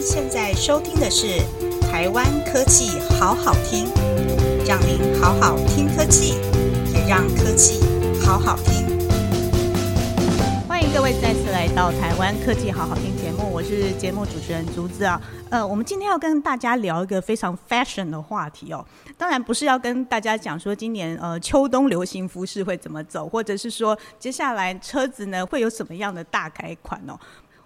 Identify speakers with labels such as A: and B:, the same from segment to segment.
A: 现在收听的是《台湾科技好好听》，让您好好听科技，也让科技好好听。
B: 欢迎各位再次来到《台湾科技好好听》节目，我是节目主持人竹子啊。呃，我们今天要跟大家聊一个非常 fashion 的话题哦。当然不是要跟大家讲说今年呃秋冬流行服饰会怎么走，或者是说接下来车子呢会有什么样的大改款哦。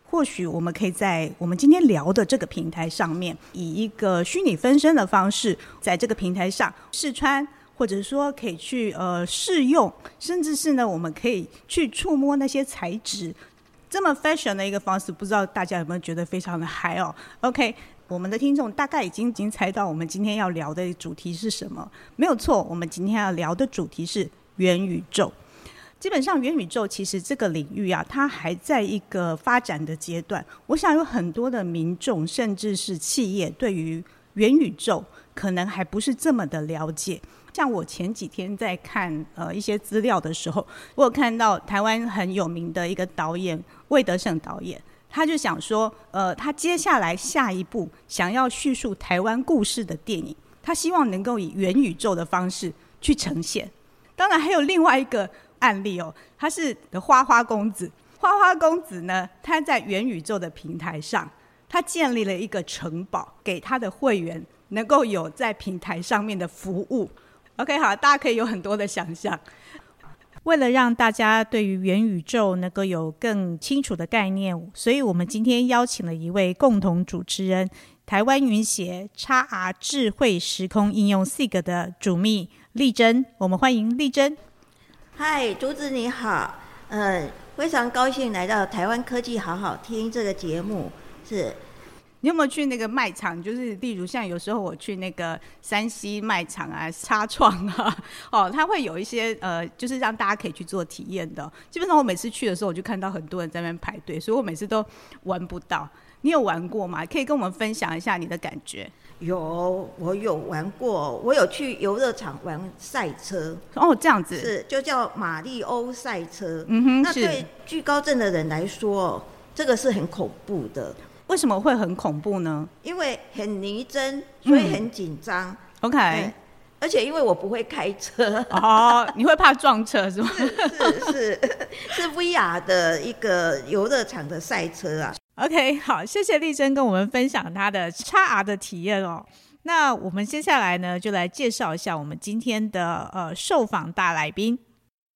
B: 或许我们可以在我们今天聊的这个平台上面，以一个虚拟分身的方式，在这个平台上试穿，或者说可以去呃试用，甚至是呢，我们可以去触摸那些材质。这么 fashion 的一个方式，不知道大家有没有觉得非常的嗨哦？OK，我们的听众大概已经已经猜到我们今天要聊的主题是什么，没有错，我们今天要聊的主题是元宇宙。基本上元宇宙其实这个领域啊，它还在一个发展的阶段。我想有很多的民众，甚至是企业，对于元宇宙可能还不是这么的了解。像我前几天在看呃一些资料的时候，我有看到台湾很有名的一个导演魏德胜导演，他就想说，呃，他接下来下一步想要叙述台湾故事的电影，他希望能够以元宇宙的方式去呈现。当然还有另外一个案例哦，他是花花公子。花花公子呢，他在元宇宙的平台上，他建立了一个城堡，给他的会员能够有在平台上面的服务。OK，好，大家可以有很多的想象。为了让大家对于元宇宙能够有更清楚的概念，所以我们今天邀请了一位共同主持人，台湾云协 x R 智慧时空应用 SIG 的主秘丽珍，我们欢迎丽珍。
C: 嗨，竹子你好，嗯，非常高兴来到台湾科技好好听这个节目，是
B: 你有没有去那个卖场？就是例如像有时候我去那个山西卖场啊、插创啊，哦，它会有一些呃，就是让大家可以去做体验的哦。基本上我每次去的时候，我就看到很多人在那边排队，所以我每次都玩不到。你有玩过吗？可以跟我们分享一下你的感觉。
C: 有我有玩过，我有去游乐场玩赛车，
B: 哦，这样子，
C: 是就叫马里欧赛车。
B: 嗯哼，
C: 那
B: 是
C: 对惧高症的人来说，这个是很恐怖的，
B: 为什么会很恐怖呢
C: 因为很泥
B: 嗯
C: 真，所以很紧张。
B: ？OK，、
C: 嗯而且因为我不会开车，
B: 哦， 你会怕撞车是吗？
C: 是是 是 VR 的一个游乐场的赛车啊，
B: OK，好， 谢谢丽珍跟我们分享她的 x R 的体验哦。那我们接下来呢，就来介绍一下我们今天的呃受访大来宾。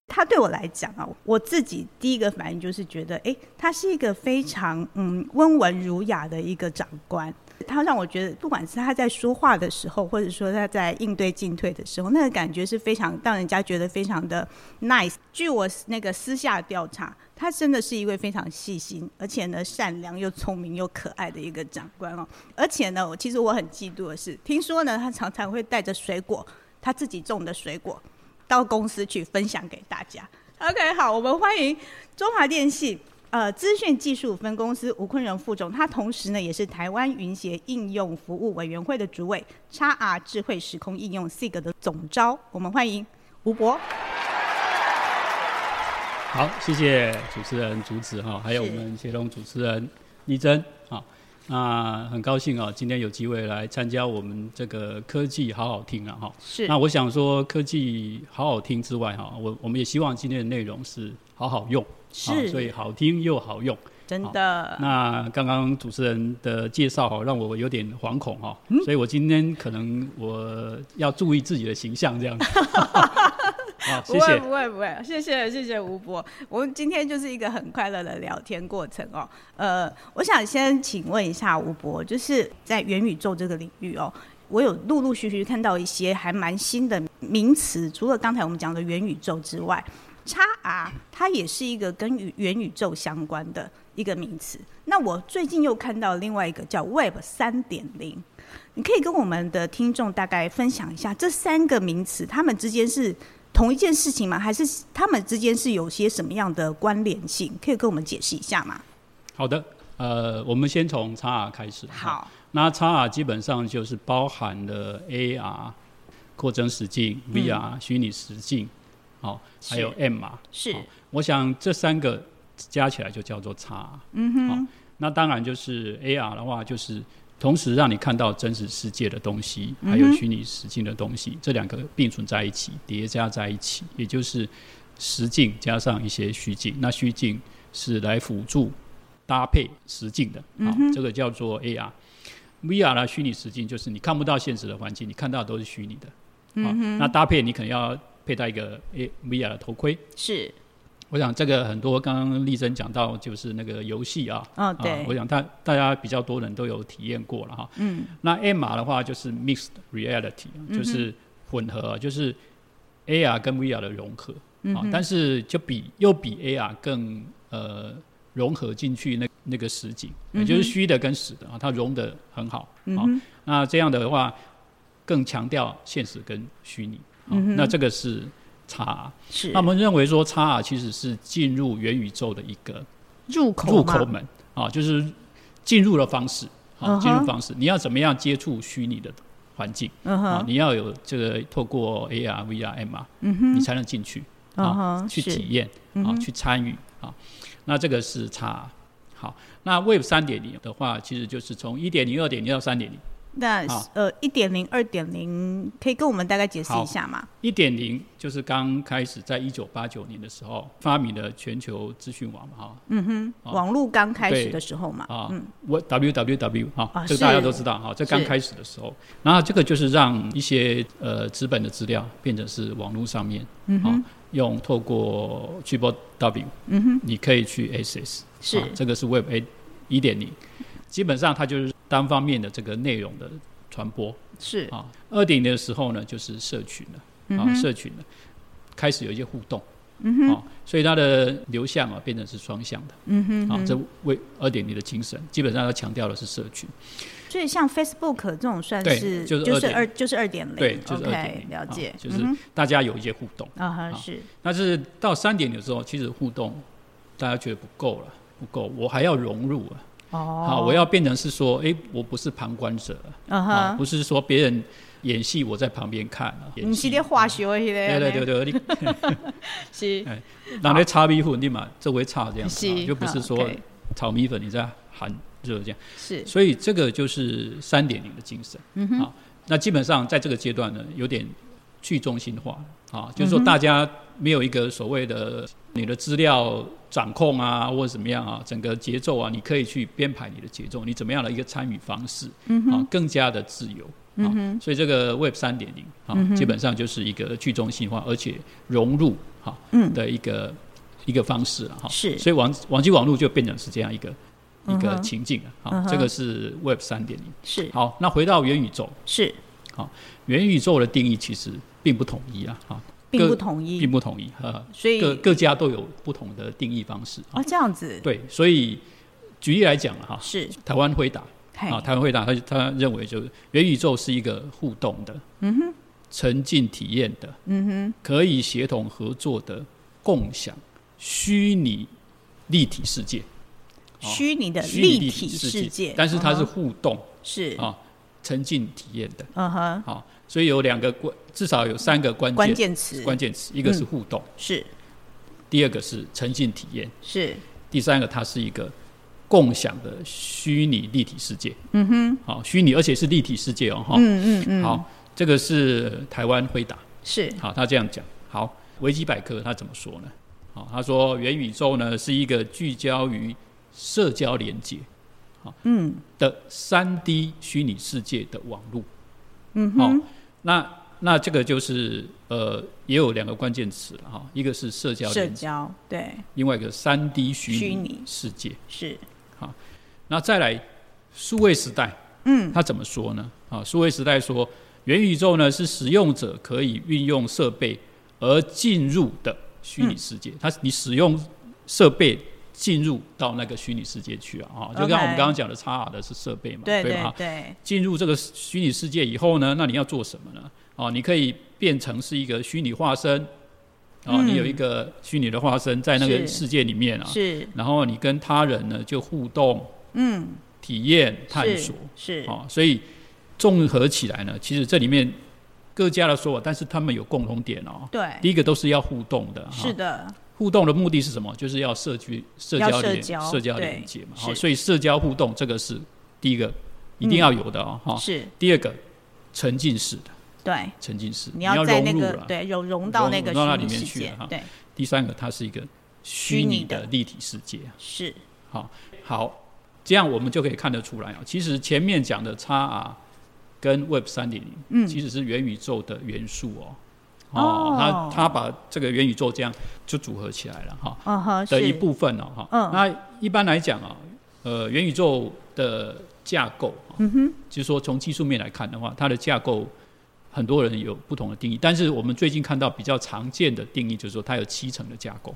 B: 他对我来讲啊，我自己第一个反应就是觉得，诶，他是一个非常嗯温文儒雅的一个长官。他让我觉得，不管是他在说话的时候，或者说他在应对进退的时候，那个感觉是非常让人家觉得非常的 nice。据我那个私下调查，他真的是一位非常细心，而且呢善良又聪明又可爱的一个长官哦。而且呢，我其实我很嫉妒的是，听说呢他常常会带着水果，他自己种的水果到公司去分享给大家。OK，好，我们欢迎中华电信。呃，资讯技术分公司吴坤仁副总，他同时呢也是台湾云协应用服务委员会的主委，x R 智慧时空应用 SIG 的总招。我们欢迎吴博。
D: 好，谢谢主持人竹子哈，还有我
B: 是
D: 们协同主持人丽珍啊。那很高兴啊，今天有机会来参加我们这个科技好好听啊哈。
B: 是
D: 那我想说，科技好好听之外哈，我我们也希望今天的内容是好好用，啊
B: 是，啊
D: 所以好听又好用。
B: 真的
D: 那刚刚主持人的介绍哈，让我有点惶恐哈，
B: 嗯
D: 所以我今天可能我要注意自己的形 象这样子。好，谢
B: 不会
D: 谢。
B: 不会不会，谢谢谢谢吴博，我们今天就是一个很快乐的聊天过程哦。呃，我想先请问一下吴博，就是在元宇宙这个领域哦，我有陆陆续续看到一些还蛮新的名词，除了刚才我们讲的元宇宙之外，x R 它也是一个跟宇元宇宙相关的一个名词。那我最近又看到另外一个叫 Web 三点零。你可以跟我们的听众大概分享一下这三个名词，它们之间是同一件事情吗？还是他们之间是有些什么样的关联性？可以跟我们解释一下吗？
D: 好的，呃，我们先从 XR 开始。哈，
B: 好，
D: 那 XR 基本上就是包含了 AR 扩增实境、VR 虚拟实境，好、还有 MR。
B: 是
D: 好我想这三个加起来就叫做 XR。
B: 嗯哼，
D: 那当然就是 AR 的话，就是同时让你看到真实世界的东西，
B: 嗯哼
D: 还有虚拟实境的东西，这两个并存在一起，叠加在一起，也就是实境加上一些虚境。那虚境是来辅助搭配实境的，啊、
B: 嗯
D: 这个叫做 AR。VR 的虚拟实境就是你看不到现实的环境，你看到的都是虚拟的。啊、
B: 嗯
D: 那搭配你可能要佩戴一个 A VR 的头盔。
B: 是，
D: 我想这个很多刚刚丽珍讲到，就是那个游戏啊，
B: 嗯、
D: 啊
B: 对，
D: 我想大大家比较多人都有体验过了哈。
B: 嗯，
D: 那 MR 的话就是 mixed reality，就是混合，啊就是 AR 跟 VR 的融合
B: 嗯
D: 啊、但是就比又比 AR 更呃融合进去那那个实景，也
B: 嗯
D: 就是虚的跟实的啊，它融的很好啊、那这样的话更强调现实跟虚拟、啊
B: 嗯
D: 那这个是差。啊
B: 是
D: 那我们认为说差其实是进入元宇宙的一个
B: 入口
D: 入
B: 嘛
D: 口门啊，就是进入的方式啊，
B: 嗯哼
D: 进入方式，你要怎么样接触虚拟的环境
B: 嗯
D: 啊？
B: 哼，
D: 你要有这个透过 AR、VR、MR，
B: 嗯哼，
D: 你才能进去
B: 嗯
D: 啊，
B: 哼，
D: 去
B: 是嗯
D: 体验啊，去参与啊。那这个是差好。那 Web 三点零的话，其实就是从一点零、二点零到三点零。
B: 那
D: 好
B: 呃，一点零、二点零，可以跟我们大概解释一
D: 好
B: 下吗？
D: 一点零就是刚开始在一九八九年的时候发明了全球资讯网嘛，哈、
B: 嗯哼，
D: 好
B: 网络刚开始
D: 对
B: 的时候嘛，
D: 啊，我 WWW 哈、
B: 啊
D: 这个大家
B: 是
D: 都知道哈、这刚
B: 是
D: 开始的时候，然后这个就是让一些呃纸本的资料变成是网络上面，嗯用透过 g b W，嗯哼，你可以去 access，
B: 是
D: 啊这个是 Web 一点零，基本上它就是单方面的这个内容的传播
B: 是，嗯
D: 啊。二点零的时候呢，就是社群了啊，社群了，开始有一些互动，嗯哼，啊，所以它的流向啊变成是双向的。
B: 嗯哼，
D: 啊，这为二点零的精神，基本上它强调的是社群，
B: 所以像 Facebook 这种算
D: 对
B: 是
D: 就是
B: 就是
D: 2.0
B: 二就是二点零，
D: 对，就是二点
B: OK，
D: 零，
B: 了解
D: 啊，就是
B: 嗯哼
D: 大家有一些互动。
B: 啊哈
D: 好
B: 是，
D: 但是到三点零的时候，其实互动大家觉得不够了，不够，我还要融入啊，
B: 哦，
D: 啊，我要变成是说，哎，我不是旁观者啊
B: 嗯
D: 啊，
B: 哼，
D: 不是说别人演戏我在旁边看啊，演
B: 你是
D: 戏
B: 咧，化学的那
D: 对
B: 个，
D: 对对对，你
B: 是
D: 哪来插米粉，立马这回插这样子啊，
B: 是，
D: 就不是
B: 好
D: 说
B: ，OK，
D: 炒米粉你在喊热这样。
B: 是
D: 所以这个就是三点零的精神。嗯哼、啊，那基本上在这个阶段呢，有点去中心化啊，就是说大家没有一个所谓的你的资料掌控啊，或者怎么样啊，整个节奏啊，你可以去编排你的节奏，你怎么样的一个参与方式，嗯、啊，更加的自由。啊，所以这个 Web 三点零啊，基本上就是一个去中心化，而且融入哈、
B: 嗯
D: 的一个一个方式了哈。
B: 是
D: 所以网网际网络就变成是这样一个一
B: 嗯
D: 个
B: 哼
D: 情境了。好、
B: 嗯哼
D: 这个是 Web 三点零。
B: 是
D: 好，那回到元宇宙，
B: 是，
D: 元宇宙的定义其实并不统一啊，啊，
B: 并不
D: 各
B: 统一
D: 并，不统一，呃，
B: 所以
D: 各各家都有不同的定义方式啊
B: 哦。这样子
D: 对，所以举例来讲了啊哈，
B: 是，
D: 台湾回答
B: 嘿
D: 啊，台湾回答他他认为就是元宇宙是一个互动的，嗯哼，沉浸体验的，嗯哼，可以协同合作的共享虚拟立体世界，哦
B: 虚拟的
D: 虚拟
B: 立体世
D: 世
B: 界，
D: 但是它是
B: 嗯哼
D: 互动
B: 是，
D: 啊，沉浸体验的。
B: 嗯哼，
D: 好、所以有两个关，至少有三个关键
B: 关键词嗯
D: 关键词，一个是互动，
B: 是
D: 第二个是沉浸体验，
B: 是，
D: 第三个它是一个共享的虚拟立体世界。嗯哼，好、虚拟而且是立体世界哦，哈、
B: 嗯嗯嗯，
D: 好，这个是台湾辉达，
B: 是
D: 好，他这样讲。好，维基百科他怎么说呢？好，他说元宇宙呢是一个聚焦于社交连接，好，嗯的三 D 虚拟世界的网络，嗯好，那那这个就是呃也有两个关键词了哈，一个是社交
B: 社
D: 连接，
B: 交，对，
D: 另外一个三 D 虚
B: 虚
D: 拟
B: 拟
D: 世界。
B: 是
D: 那再来，数位时代，嗯，他怎么说呢？啊，数位时代说，元宇宙呢是使用者可以运用设备而进入的虚拟世
B: 嗯
D: 界，它你使用设备进入到那个虚拟世界去啊，啊，就刚
B: OK
D: 刚我们刚刚讲的 XR 的是设备嘛，
B: 对对
D: 吧？
B: 对，
D: 进入这个虚拟世界以后呢，那你要做什么呢？啊，你可以变成是一个虚拟化身，啊，
B: 嗯
D: 你有一个虚拟的化身在那个
B: 是
D: 世界里面啊，
B: 是，
D: 然后你跟他人呢就互动。
B: 嗯，
D: 体验、探
B: 是
D: 索
B: 是
D: 啊、所以综合起来呢，其实这里面各家的说法，但是他们有共同点哦。
B: 对，
D: 第一个都是要互动的，哈啊
B: 是的，
D: 互动的目的是什么？就是要社区、社
B: 要
D: 交
B: 社
D: 连
B: 交
D: 社交
B: 对
D: 连接嘛。好，
B: 是
D: 所以社交互动这个是第一个一定要有的哦。哈、
B: 是
D: 第二个沉浸式的，
B: 对，
D: 沉浸式，
B: 你
D: 要
B: 在
D: 融
B: 那
D: 入
B: 个
D: 了。
B: 对融融
D: 融
B: 到
D: 入
B: 那个
D: 到那
B: 虚拟
D: 里面
B: 世
D: 去
B: 界
D: 了哈，
B: 对，
D: 第三个，它是一个虚
B: 拟
D: 拟
B: 的
D: 的立体世界。
B: 是
D: 好，这样我们就可以看得出来啊、其实前面讲的 x R 跟 Web 三点零，
B: 嗯
D: 其实是元宇宙的元素哦。
B: 哦
D: 它它把这个元宇宙这样就组合起来了哈、
B: 嗯哼，
D: 的
B: 是
D: 一部分哦哈、
B: 嗯
D: 那一般来讲啊、呃，元宇宙的架构、啊，嗯哼，就是说从技术面来看的话，它的架构很多人有不同的定义，但是我们最近看到比较常见的定义就是说它有七层的架构，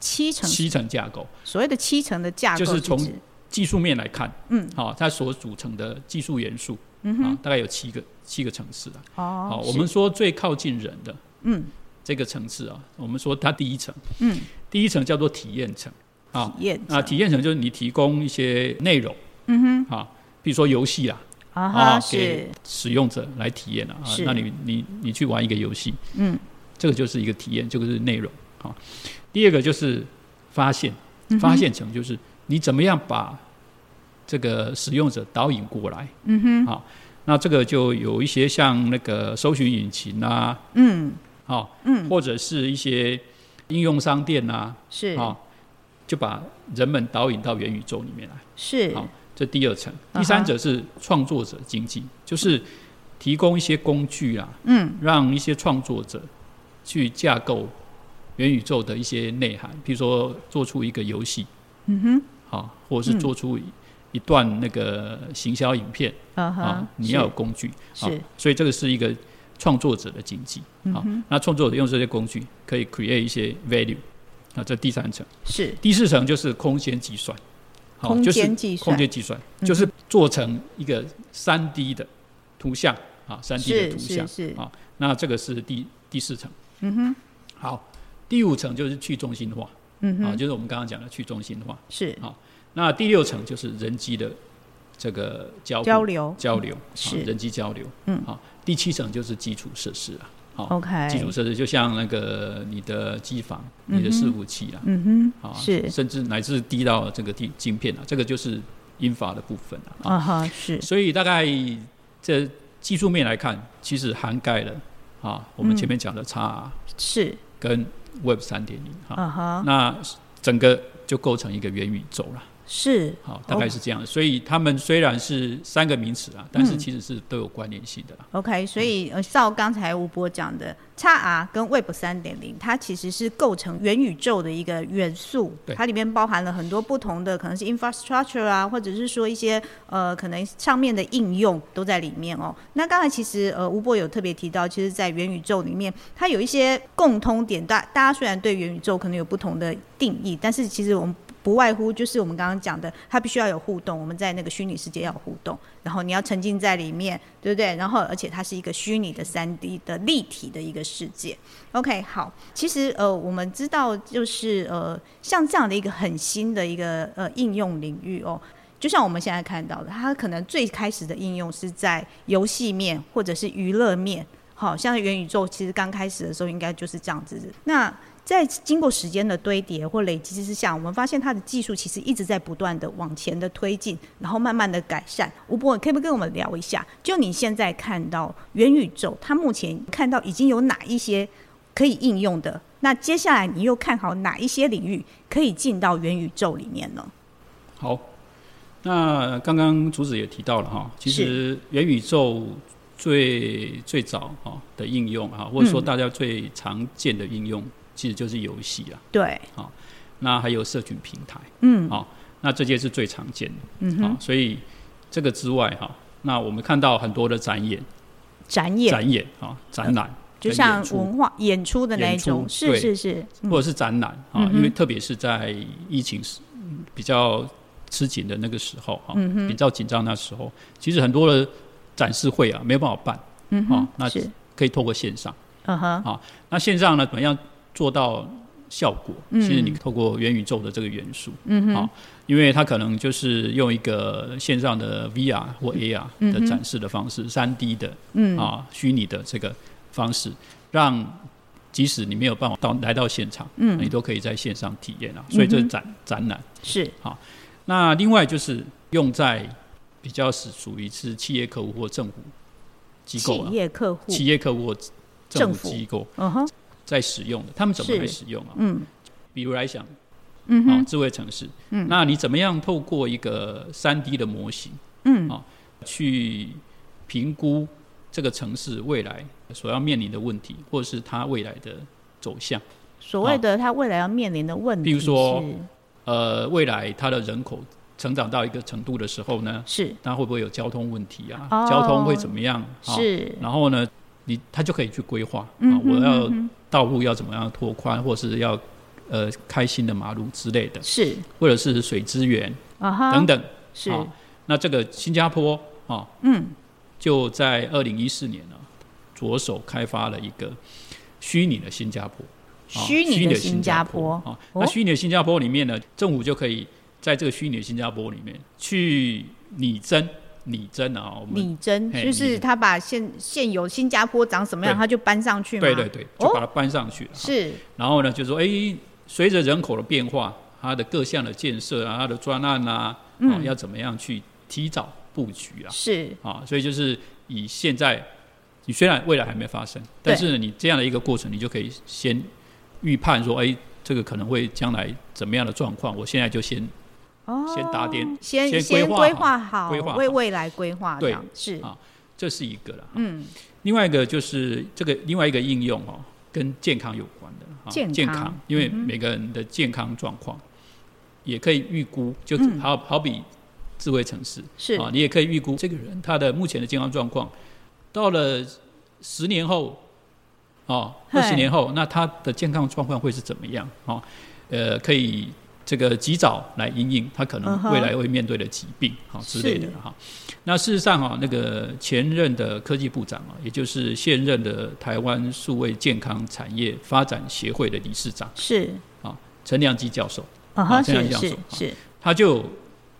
B: 七成，
D: 七层架构。
B: 所谓的七成的架构
D: 就是从
B: 指
D: 技术面来看，
B: 嗯，
D: 好、它所组成的技术元素，嗯哼、大概有七个七个层次啊。
B: 哦，
D: 好、我
B: 是
D: 们说最靠近人的，
B: 嗯，
D: 这个层次啊，我们说它第一层，
B: 嗯，
D: 第一层叫做体验层啊
B: 体验者
D: 啊，体验层就是你提供一些内容，嗯哼，啊，比如说游戏啊，
B: 啊
D: 啊
B: 哈，
D: 给
B: 是
D: 使用者来体验啊，啊
B: 是
D: 那你你你去玩一个游戏，
B: 嗯，
D: 这个就是一个体验，这个是内容啊。第二个就是发现，
B: 嗯
D: 发现层就是你怎么样把这个使用者导引过来，嗯哼，啊，那这个就有一些像那个搜寻引擎啊，
B: 嗯
D: 啊，嗯，或者是一些应用商店啊，
B: 是
D: 啊，就把人们导引到元宇宙里面来。
B: 是
D: 好这第二层，
B: 啊哈
D: 第三者是创作者经济，就是提供一些工具啊，
B: 嗯，
D: 让一些创作者去架构元宇宙的一些内涵，比如说做出一个游戏，嗯哼，好，或者是做出一一段那个行销影片
B: 啊
D: 啊
B: 哈，，
D: 你
B: 是
D: 要有工具，啊
B: 是
D: 所以这个是一个创作者的经济啊。那创作者用这些工具可以 create 一些 value 啊，这第三层。
B: 是
D: 第四层就是空间计算，好
B: 空
D: 啊就是
B: 间计算嗯
D: 空间计算就是做成一个三 D 的图像啊，三 D 的
B: 是
D: 图
B: 是
D: 像。
B: 是
D: 啊那这个是第第四层。嗯哼。好，第五层就是去中心化。嗯哼。啊，就是我们刚刚讲的去中心化。
B: 是
D: 那第六层就是人机的这个交互
B: 交流
D: 交流，
B: 是
D: 啊、人机交流。
B: 嗯。
D: 好，第七层就是基础设施啊。好、基础
B: ，OK，
D: 设施就像那个你的机房、你的
B: 嗯哼
D: 伺服器啦，
B: 嗯
D: 啊
B: 哼，，是
D: 甚至乃至低到这个地晶片啊，这个就是英法的部分啊。
B: 啊哈，是
D: 所以大概这技术面来看，其实涵盖了啊，我们前面讲的 x 啊
B: 是
D: 跟 Web 三点零哈，
B: 啊哈，
D: 那整个就构成一个元宇宙了。
B: 是
D: 好，大概是这样。所以他们虽然是三个名词啊，但是其实是都有关联性的啦。
B: OK，所以呃，照刚才吴波讲的，x R 跟 Web 三点零，它其实是构成元宇宙的一个元素，
D: 对
B: 它里面包含了很多不同的，可能是 infrastructure 啊，或者是说一些呃，可能上面的应用都在里面哦。那刚才其实呃，吴波有特别提到，其实，在元宇宙里面，它有一些共通点，大大家虽然对元宇宙可能有不同的定义，但是其实我们。不外乎就是我们刚刚讲的，它必须要有互动，我们在那个虚拟世界要有互动，然后你要沉浸在里面，对不对？然后而且它是一个虚拟的三 D 的立体的一个世界。OK，好，其实呃，我们知道就是呃，像这样的一个很新的一个呃应用领域哦。就像我们现在看到的，它可能最开始的应用是在游戏面或者是娱乐面，好像元宇宙其实刚开始的时候应该就是这样子。那在经过时间的堆叠或累积之下，我们发现它的技术其实一直在不断的往前的推进，然后慢慢的改善。吴博，可不可以跟我们聊一下？就你现在看到元宇宙，它目前看到已经有哪一些可以应用的？那接下来你又看好哪一些领域可以进到元宇宙里面呢？
D: 好，那刚刚竹子也提到了哈，其实元宇宙最最早哈的应用哈，或者说大家最常见的应用，其实就是游戏啊啦。
B: 对，
D: 那还有社群平台，
B: 嗯，
D: 好、那这些是最常见的，嗯好、所以这个之外哈、那我们看到很多的展演、
B: 展演
D: 展演啊、展览，
B: 就像
D: 演出
B: 文化演出的那一种，
D: 演出
B: 是
D: 对
B: 是是，嗯
D: 或者是展览啊，因为特别是在疫情时嗯比较吃紧的那个时候啊，
B: 嗯
D: 比较紧张那时候，其实很多的展示会啊没有办法办，
B: 嗯
D: 哦
B: 哼，
D: 那
B: 是，
D: 可以透过线上。
B: 嗯哼，
D: 那线上呢，怎么样做到效果？其实你透过元宇宙的这个元素，嗯哼，因为它可能就是用一个线上的 VR 或 AR 的展示的方式，三、D 的，嗯啊，虚拟的这个方式，让即使你没有办法到来到现场，
B: 嗯
D: 你都可以在线上体验啊。所以这是展、展览。
B: 是
D: 那另外就是用在比较是属于是企业客户或政府机构
B: 企
D: 啊，
B: 业客户，
D: 企业客户或政
B: 政
D: 府
B: 府
D: 机构
B: 嗯哼，
D: 在使用的，他们怎么
C: 是
D: 会使用啊？
B: 嗯
D: 比如来想
B: 嗯
D: 啊，
B: 哼，
D: 智慧城市，
B: 嗯
D: 那你怎么样透过一个三 D 的模型
B: 嗯
D: 好去评估这个城市未来所要面临的问题，或者是它未来的走向？
B: 所谓的他未来要面临的问题
D: 比
B: 是，
D: 如说呃，未来它的人口成长到一个程度的时候呢，
B: 是
D: 它会不会有交通问题啊？
B: 哦
D: 交通会怎么样？啊
B: 是，
D: 然后呢，你他就可以去规划啊
B: 嗯，
D: 我
B: 哼
D: 要
B: 嗯
D: 道路要怎么样拓宽，或是要呃开新的马路之类的
B: 哼，是
D: 或者是水资源
B: 啊哈，
D: 等等。
B: 是
D: 啊那这个新加坡啊，
B: 嗯
D: 就在二零一四年呢，着手开发了一个虚拟的新加坡，啊
B: 虚拟的
D: 新
B: 新加坡
D: 啊。
B: 哦
D: 那虚拟的新加坡里面呢，政府就可以在这个虚拟的新加坡里面去拟真，拟真啊，我们
B: 拟真，
D: 嘿
B: 就
D: 拟
B: 是
D: 真
B: 他把现现有新加坡长什么样，
D: 对
B: 他就搬上去嘛，
D: 对对对，
B: 哦
D: 就把它搬上去啊了。
B: 是
D: 然后呢，就说哎，随着人口的变化，它的各项的建设啊，它的专案啊，哦
B: 嗯
D: 要怎么样去提早布局啊？
B: 是
D: 啊，所以就是以现在，你虽然未来还没发生，但是呢你这样的一个过程，你就可以先预判说，哎，这个可能会将来怎么样的状况，我现在就先
B: 哦，
D: 先打点
B: 先
D: 先
B: 先
D: 规划
B: 规划好，
D: 规划好
B: 为未来规划，这
D: 对
B: 样是
D: 啊这是一个了。
B: 嗯
D: 另外一个就是这个另外一个应用哦，跟健康有关的啊，
B: 健康嗯
D: 因为每个人的健康状况也可以预估，就
B: 嗯
D: 好好比智慧城市
B: 是
D: 啊，你也可以预估这个人他的目前的健康状况，到了十年后，哦，
B: 嘿
D: 二十年后，那他的健康状况会是怎么样？哦，呃，可以这个及早来因应他可
B: 嗯
D: 能
B: 哼
D: 未来会面对的疾病啊、哦、之类的
B: 是
D: 哈、那事实上啊、那个前任的科技部长啊，也就是现任的台湾数位健康产业发展协会的理事长
B: 是
D: 陈良基教授，
B: 啊哈
D: 好这样
B: 是
D: 这样
B: 是
D: 说好
B: 是
D: 他就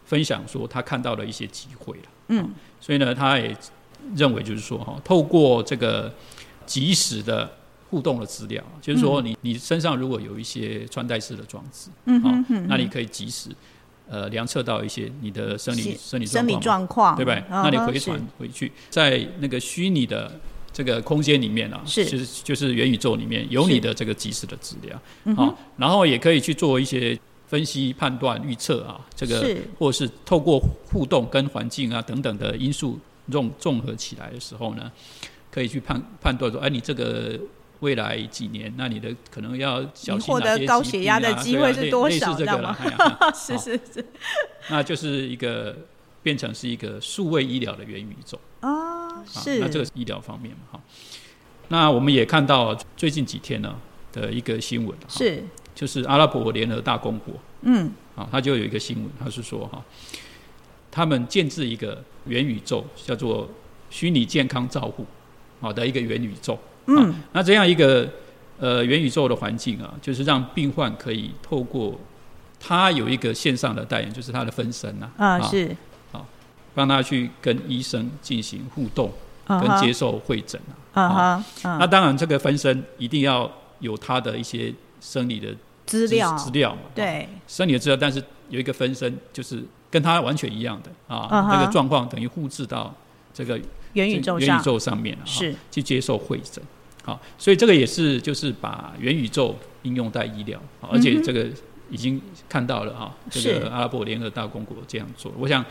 D: 分享说他看到了一些机会了。
B: 嗯
D: 所以呢，他也认为就是说哈，透过这个及时的互动的资料，就是说你你身上如果有一些穿戴式的装置，
B: 嗯
D: 好
B: 哼哼，
D: 那你可以及时呃量测到一些你的生理
B: 是
D: 生理
B: 生理
D: 状
B: 状况
D: 况嘛，对不对？
B: 嗯
D: 那你
B: 哼
D: 回
B: 是
D: 传回去，在那个虚拟的。这个空间里面啊，
B: 是
D: 就是就是元宇宙里面有
B: 是
D: 你的这个及时的资料，
B: 嗯
D: 好、
B: 哼
D: 然后也可以去做一些分析、判断、预测啊，这个
B: 是
D: 或是透过互动跟环境啊等等的因素综综合起来的时候呢，可以去判判断说，哎，你这个未来几年，那你的可能要小
B: 你
D: 心
B: 获
D: 哪些
B: 得高
D: 疾
B: 血
D: 病
B: 压
D: 啊
B: 的
D: 对
B: 机
D: 啊
B: 会
D: 类
B: 是多
D: 类似
B: 少，
D: 这
B: 知
D: 个
B: 道
D: 啦
B: 吗
D: 哎呀？
B: 是是是
D: 那就是一个变成是一个数位医疗的元宇宙。
B: 啊，
D: 啊
B: 是
D: 那这个是医疗方面嘛，哈。那我们也看到最近几天呢的一个新闻，哈，
B: 是
D: 就是阿拉伯联合大公国
B: 嗯
D: 啊，他就有一个新闻，他是说哈，他们建制一个元宇宙，叫做虚拟健康照护，好的一个元宇宙。啊
B: 嗯
D: 那这样一个呃元宇宙的环境啊，就是让病患可以透过他有一个线上的代言，就是他的分身呐
B: 啊是
D: 帮他去跟医生进行互动，
B: 啊
D: 跟
B: 哈
D: 接受会诊啊。
B: 啊哈
D: 那
B: 啊
D: 当然，这个分身一定要有他的一些生理的
B: 资料
D: 资料嘛，啊
B: 对
D: 生理的资料，但是有一个分身，就是跟他完全一样的啊，
B: 嗯哼
D: 那个状况等于复制到这个
B: 元宇宙
D: 元
B: 上
D: 宇宙上面啊，
B: 是
D: 去接受会诊。好、所以这个也是就是把元宇宙应用在医疗，啊而且这个已经看到了哈、啊
B: 嗯
D: 这
B: 是
D: 个阿拉伯联合大公国这样做，我想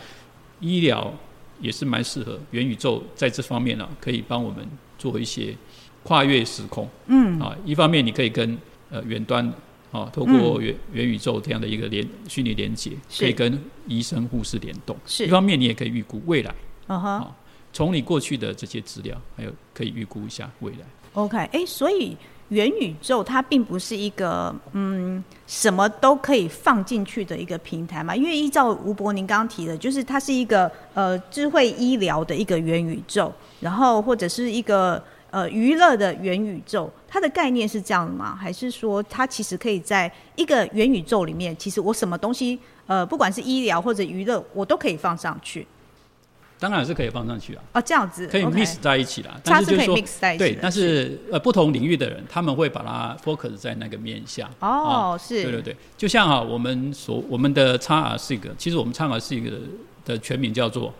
D: 医疗也是蛮适合元宇宙在这方面呢、啊，可以帮我们做一些跨越时空。
B: 嗯
D: 啊，一方面你可以跟呃远端啊，透过元元宇宙这样的一个连虚拟连接，
B: 嗯是
D: 可以跟医生护士联动；
B: 是
D: 一方面你也可以预估未来，
B: 啊哈
D: 好。从你过去的这些资料，还有可以预估一下未来。
B: OK，哎、所以元宇宙它并不是一个嗯什么都可以放进去的一个平台嘛，因为依照吴伯您刚刚提的，就是它是一个呃智慧医疗的一个元宇宙，然后或者是一个呃娱乐的元宇宙，它的概念是这样吗？还是说它其实可以在一个元宇宙里面，其实我什么东西呃不管是医疗或者娱乐，我都可以放上去？
D: 当然是可以放上去啊，
B: 哦，这样子
D: 可以
B: OK
D: mix 在一起啦。
B: 它
D: 但
B: 是
D: 是
B: 可
D: 就是
B: 以
D: 说
B: mix 在一起的
D: 对，但是呃，不同领域的人他们会把它 focus 在那个面向。
B: 哦，
D: 啊对对
B: 是
D: 对，就像哈、我们所我们的 XR 是一个，其实我们 XR 是一个的全名叫做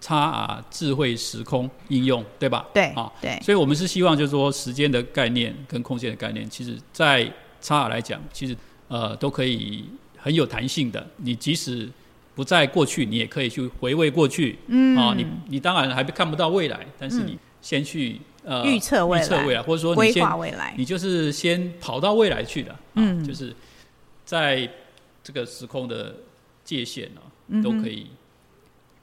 D: XR 智慧时空应用，对吧？
B: 对
D: 啊，
B: 对
D: 所以我们是希望就是说时间的概念跟空间的概念，其实在 XR 来讲，其实呃都可以很有弹性的，你即使。不在过去，你也可以去回味过去。嗯，啊，你你当然还看不到未来，但是你先去、呃
B: 预测未
D: 预测
B: 来
D: 未来，或者说你
B: 规
D: 先
B: 划未来
D: 你就是先跑到未来去的，
B: 嗯
D: 嗯，就是在这个时空的界限呢、
B: 嗯哼
D: 都可以。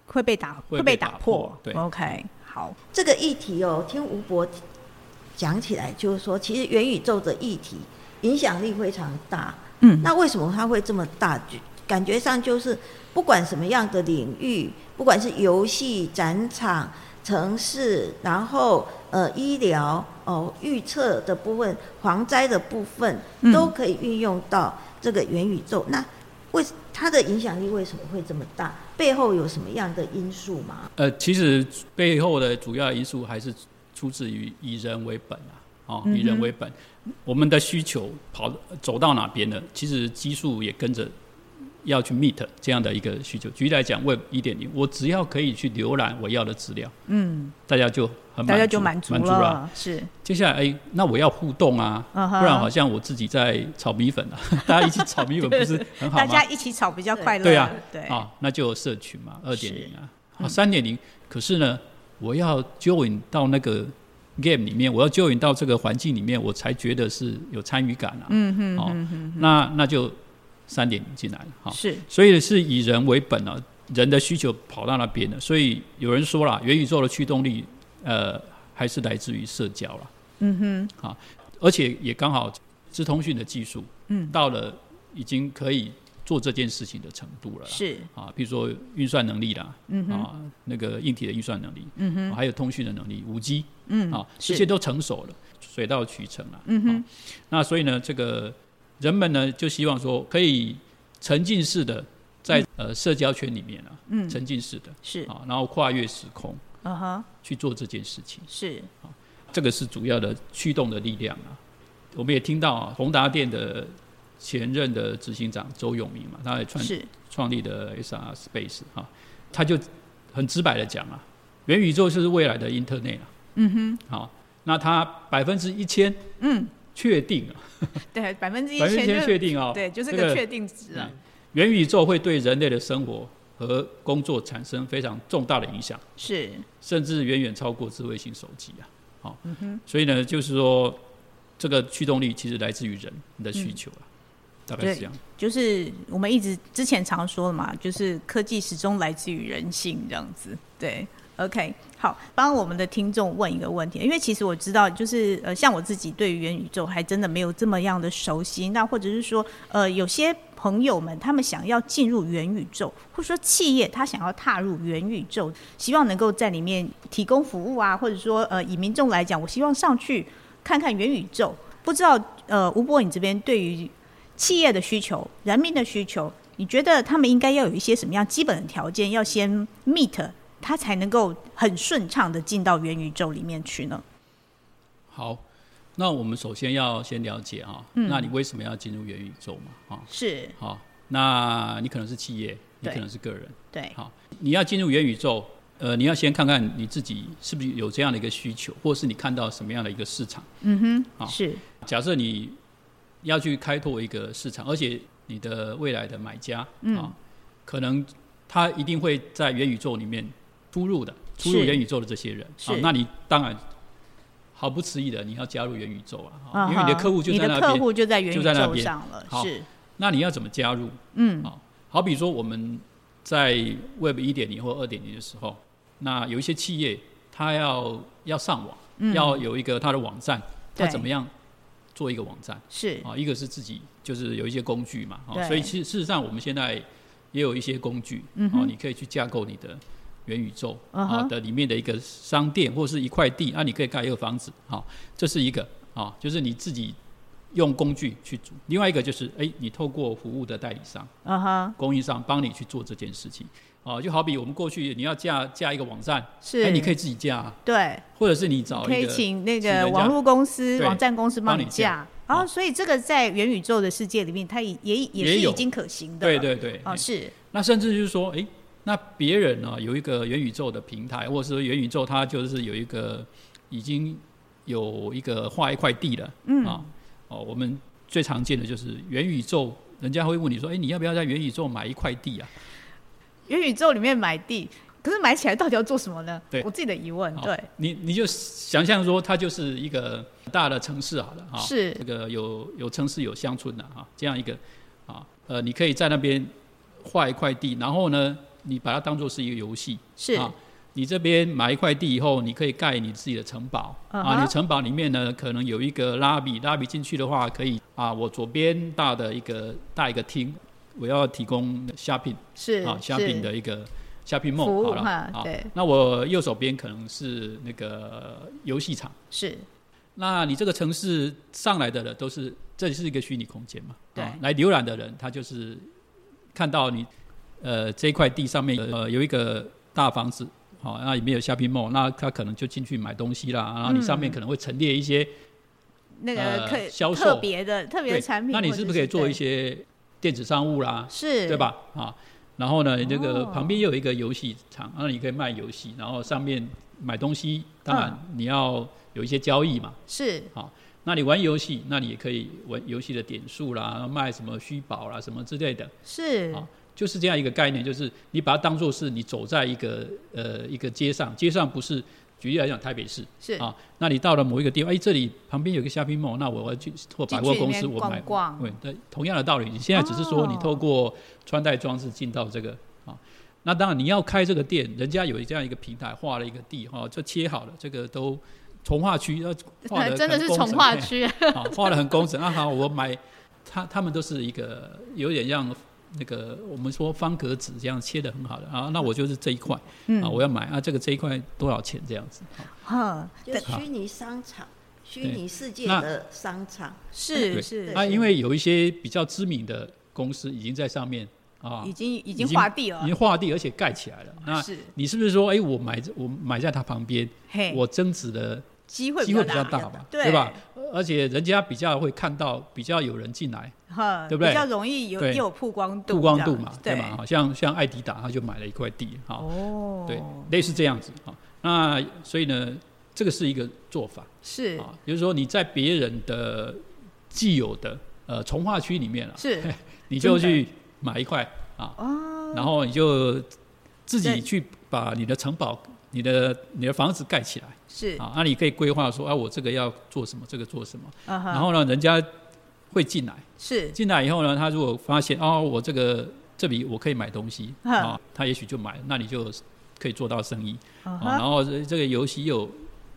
B: 会被打
D: 会
B: 被
D: 被
B: 打
D: 打
B: 破
D: 破，对
B: ，OK，好，
C: 这个议题哦，听吴博讲起来，就是说，其实元宇宙的议题影响力非常大。
B: 嗯，
C: 那为什么它会这么大？就感觉上就是不管什么样的领域，不管是游戏、展场、城市，然后呃医疗、哦预测的部分、防灾的部分
B: 嗯，
C: 都可以运用到这个元宇宙。那为它的影响力为什么会这么大？背后有什么样的因素吗？
D: 呃，其实背后的主要因素还是出自于以人为本啊，哦，以
B: 嗯
D: 人为本，我们的需求跑走到哪边了，其实基数也跟着要去 meet 这样的一个需求。举例来讲，Web 一点零，我只要可以去浏览我要的资料，
B: 嗯，
D: 大家就很
B: 大家就满
D: 足
B: 足
D: 满了啊。
B: 了，是，
D: 接下来，哎，那我要互动啊，
B: 嗯哼
D: 不然好像我自己在炒米粉啊， 大家一起炒 米粉不是很好
B: 大
D: 吗？
B: 家一起炒比较快乐，
D: 对啊，
B: 对，
D: 啊，那就有社群嘛，二点零啊，
B: 嗯
D: 啊三点零。可是呢，我要 join 到那个 game 里面，我要 join 到这个环境里面，我才觉得是有参与感啊。
B: 嗯哼
D: 哦
B: 嗯哼，
D: 那那就三点零进来了，好、
B: 是，
D: 所以是以人为本啊，人的需求跑到那边了。所以有人说了，元宇宙的驱动力，呃，还是来自于社交了。
B: 嗯哼，
D: 而且也刚好资通讯的技术，
B: 嗯，
D: 到了已经可以做这件事情的程度了啦。
B: 是，
D: 啊，比如说运算能力啦，
B: 嗯哼，
D: 啊，那个硬体的运算能力，
B: 嗯哼，
D: 啊还有通讯的能力，五 G
B: 嗯，
D: 啊，
B: 是
D: 这些都成熟了，水到渠成了。
B: 嗯哼
D: 啊那所以呢，这个人们呢就希望说可以沉浸式的在、呃社交圈里面啊，
B: 嗯
D: 沉浸式的
B: 是，
D: 啊，然后跨越时空
B: 嗯哼，
D: 去做这件事情。
B: 是，
D: 这个是主要的驱动的力量啊。我们也听到、啊、宏达电的前任的执行长周永明嘛，他也创
B: 是，
D: 创立的 SR Space 啊，他就很直白的讲啊，元宇宙就是未来的 Internet 啊。嗯哼，好、那他百分之一千
B: 嗯，
D: 确定啊，
B: 对，百分之一
D: 百分之一
B: 千
D: 千确定啊，
B: 对，就是
D: 这
B: 个确定值啊
D: 嗯，元宇宙会对人类的生活和工作产生非常重大的影响。
B: 是，
D: 甚至远远超过智慧型手机啊。好、
B: 嗯
D: 所以呢，就是说这个驱动力其实来自于人的需求啊，
B: 嗯
D: 大概是这样。
B: 就是我们一直之前常说的嘛，就是科技始终来自于人性这样子。对，OK，好，帮我们的听众问一个问题，因为其实我知道，就是呃，像我自己对于元宇宙还真的没有这么样的熟悉，那或者是说，呃，有些朋友们他们想要进入元宇宙，或者说企业他想要踏入元宇宙，希望能够在里面提供服务啊，或者说呃，以民众来讲，我希望上去看看元宇宙。不知道呃，吴波，你这边对于企业的需求、人民的需求，你觉得他们应该要有一些什么样基本的条件要先 meet，他才能够很顺畅的进到元宇宙里面去呢？
D: 好，那我们首先要先了解啊，
B: 嗯
D: 那你为什么要进入元宇宙嘛？啊，
B: 是
D: 好，那你可能是企业，你
B: 对
D: 可能是个人，
B: 对，
D: 你要进入元宇宙。呃，你要先看看你自己是不是有这样的一个需求，或是你看到什么样的一个市场。
B: 嗯哼，
D: 好
B: 是
D: 假设你要去开拓一个市场，而且你的未来的买家、
B: 嗯
D: 啊，可能他一定会在元宇宙里面出入的，
B: 是
D: 出入元宇宙的这些人啊
B: 是，
D: 那你当然毫不迟疑的你要加入元宇宙啊，啊
B: 啊哈，
D: 因为你的客户就
B: 你
D: 在
B: 的
D: 那
B: 客
D: 边，
B: 户就在元宇
D: 就在那
B: 宙
D: 边
B: 上了，
D: 好
B: 是
D: 那你要怎么加入？
B: 嗯
D: 好，好比说我们在 Web 一点零或二点零的时候，那有一些企业它要要上网，
B: 嗯，
D: 要有一个它的网站，它
B: 对
D: 怎么样做一个网站？
B: 是
D: 啊，一个是自己就是有一些工具嘛，啊
B: 对，
D: 所以其实事实上我们现在也有一些工具，
B: 嗯
D: 哦
B: 哼，
D: 你可以去架构你的元宇宙
B: 嗯
D: 啊
B: 哼
D: 的里面的一个哦商店或是一块地，那你可以盖一个房子，好，这是一个啊，就是你自己用工具去做；另外一个就是，哎，你透过服务的代理商、
B: 啊哈，
D: 供应商帮你去做这件事情。哦，就好比我们过去你要架架一个网站，
B: 是
D: 哎，你可以自己架啊，
B: 对，
D: 或者是你找一
B: 可以
D: 个
B: 请那
D: 请人
B: 个
D: 家
B: 网络公司、
D: 对
B: 网站公司帮
D: 帮
B: 你
D: 你
B: 架
D: 架。
B: 然后，
D: 哦
B: 所以这个在元宇宙的世界里面，它也也也是
D: 也有
B: 已经可行的
D: 对
B: 了。
D: 对对，
B: 哦，
D: 哎
B: 是
D: 那甚至就是说，诶，那别人呢、有一个元宇宙的平台，或者是元宇宙它就是有一个已经有一个划一块地了，嗯啊，哦，我们最常见的就是元宇宙，人家会问你说，诶，你要不要在元宇宙买一块地啊？
B: 元宇宙里面买地，可是买起来到底要做什么呢？
D: 对
B: 我自己的疑问。
D: 好
B: 对，
D: 你你就想象说，它就是一个大的城市好了啊，
B: 是
D: 这个有有城市有乡村的啊，这样一个啊，呃，你可以在那边画一块地，然后呢，你把它当做是一个游戏，
B: 是
D: 啊，你这边买一块地以后，你可以盖你自己的城堡、
B: 嗯哼
D: 啊。你城堡里面呢，可能有一个拉比，拉比进去的话，可以啊，我左边大的一个大一个厅，我要提供 shopping
B: 是
D: 啊
B: 是
D: shopping 的一个 shopping
B: 服
D: mall
B: 务
D: 好了
B: 哈
D: 啊
B: 对。
D: 那我右手边可能是那个游戏场。
B: 是
D: 那你这个城市上来的人都是，这是一个虚拟空间嘛？
B: 对
D: 啊来浏览的人，他就是看到你呃这一块地上面呃有一个大房子，好、那里面有 shopping mall，那他可能就进去买东西啦，啊
B: 嗯
D: 然后你上面可能会陈列一些、
B: 那个
D: 呃
B: 可以
D: 销售
B: 特别的特别的
D: 对
B: 产品，
D: 那你
B: 或者
D: 是
B: 是
D: 不是可以做
B: 对？
D: 一些电子商务啦，
B: 是，
D: 对？吧？啊，然后呢，这个
B: 哦
D: 旁边又有一个游戏场，那你可以卖游戏，然后上面买东西，当然
B: 嗯
D: 你要有一些交易嘛。
B: 是
D: 那你玩游戏，那你也可以玩游戏的点数啦，卖什么虚宝啦，什么之类的，
B: 是
D: 好就是这样一个概念，就是你把它当做是你走在一个呃一个街上，街上不是举例来讲台北市
B: 是，
D: 啊，那你到了某一个地方，哎、这里旁边有个虾皮梦，那我要去或百货公
B: 进去
D: 司
B: 里面
D: 我买，
B: 逛 逛
D: 对，那同样的道理，你现在只是说
B: 哦
D: 你透过穿戴装置进到这个啊，那当然你要开这个店，人家有这样一个平台画了一个地哈，这、切好了，这个都。从化区要画 的
B: 真的是从化区，
D: 好，画的很工整。啊，好，我买他他们都是一个有点像那个我们说方格子这样切的很好的啊，那我就是这一块、啊，
B: 嗯，
D: 我要买啊，这个这一块多少钱这样子？好
B: 哈，
C: 就虚拟商场、虚拟世界
D: 那
C: 的商场，
B: 是
D: 对
B: 是
C: 对，
D: 啊，因为有一些比较知名的公司已经在上面啊
B: 已，经已
D: 已
B: 经划地了哦
D: 已，经划地，而且盖起来了。那
B: 是
D: 你是不是说，哎、我买我买在它旁边，
B: 嘿，
D: 我增值的
B: 机会
D: 机会比较大
B: 大
D: 嘛，
B: 对
D: 吧？？而且人家比较会看到，比较有人进来，
B: 哈，
D: 对不对
B: 比较容易有
D: 对
B: 也有曝光度，
D: 曝光度嘛，
B: 这
D: 对
B: 样
D: 嘛？好像像艾迪达，他就买了一块地，哈、
B: 哦，
D: 对，类似这样子啊。那所以呢，这个是一个做法
B: 是
D: 啊，比如说你在别人的既有的呃从化区里面啊，
B: 是
D: 你就去买一块啊，
B: 哦
D: 然后你就自己去把你的城堡、你的你的房子盖起来
B: 是，
D: 啊，那你可以规划说啊，我这个要做什么，这个做什么，
B: 嗯
D: 然
B: 哼，
D: 后呢，人家会进来。
B: 是
D: 进来以后呢，他如果发现哦，我这个这里我可以买东西
B: 嗯
D: 啊，他也许就买，那你就可以做到生意
B: 嗯
D: 啊。
B: 哼
D: 然后这这个游戏又有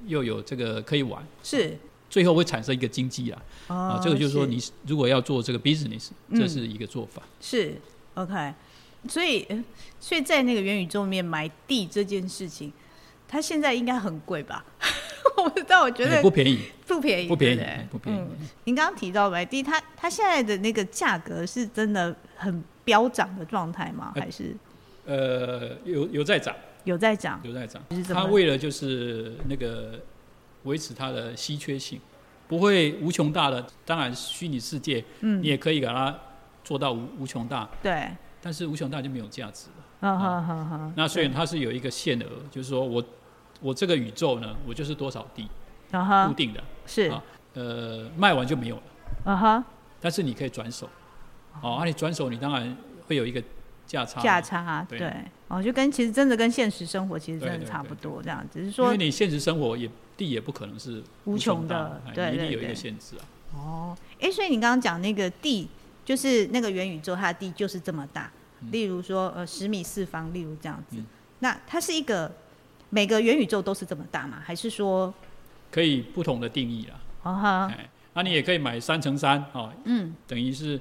D: 又有这个可以玩，
B: 是
D: 最后会产生一个经济啦啊
B: 啊。
D: 这个就是说，你如果要做这个 business，
B: 嗯
D: 这是一个做法。
B: 是 OK，所以呃所以在那个元宇宙里面买地这件事情，它现在应该很贵吧？ 我不知道，我觉
D: 哎
B: 得
D: 不便宜，
B: 不便宜，
D: 不便宜
B: 对
D: 哎
B: 对
D: 不便宜
B: 嗯，您刚刚提到买地，它它现在的那个价格是真的很飙涨的状态吗？
D: 哎
B: 还是
D: 呃，有有在涨，
B: 有在涨？
D: 有在涨
B: 是。怎么
D: 他为了就是那个维持它的稀缺性，不会无穷大的。当然，虚拟世界
B: 嗯
D: 你，也可以把它做到无无穷大，
B: 对，
D: 但是无穷大就没有价值了。
B: 嗯哼哼哼，
D: 那所以它是有一个限额，就是说我我这个宇宙呢，我就是多少地
B: 嗯
D: 固
B: 哼，
D: 定的，
B: 是，
D: 啊呃，卖完就没有了。
B: 嗯哼，那
D: 但是你可以转手，哦，那、你转手你当然会有一个价差嘛，
B: 价差，
D: 啊对
B: 对，哦，就跟其实真的跟现实生活其实真
D: 对
B: 的
D: 对
B: 差不多这样，只是
D: 因
B: 说
D: 为你现实生活也地也不可能是
B: 无穷
D: 穷
B: 的
D: 大哎
B: 对
D: 你一
B: 对
D: 定有一
B: 对
D: 个限制啊。
B: 哦，哎，所以你刚刚讲那个地，就是那个元宇宙，它的地就是这么大，例如说呃十米四方，例如这样子。
D: 嗯
B: 那它是一个每个元宇宙都是这么大吗？还是说，
D: 可以不同的定义啦，
B: 啊哈，
D: 哎，那你也可以买三乘三哦，
B: 嗯，
D: 等于是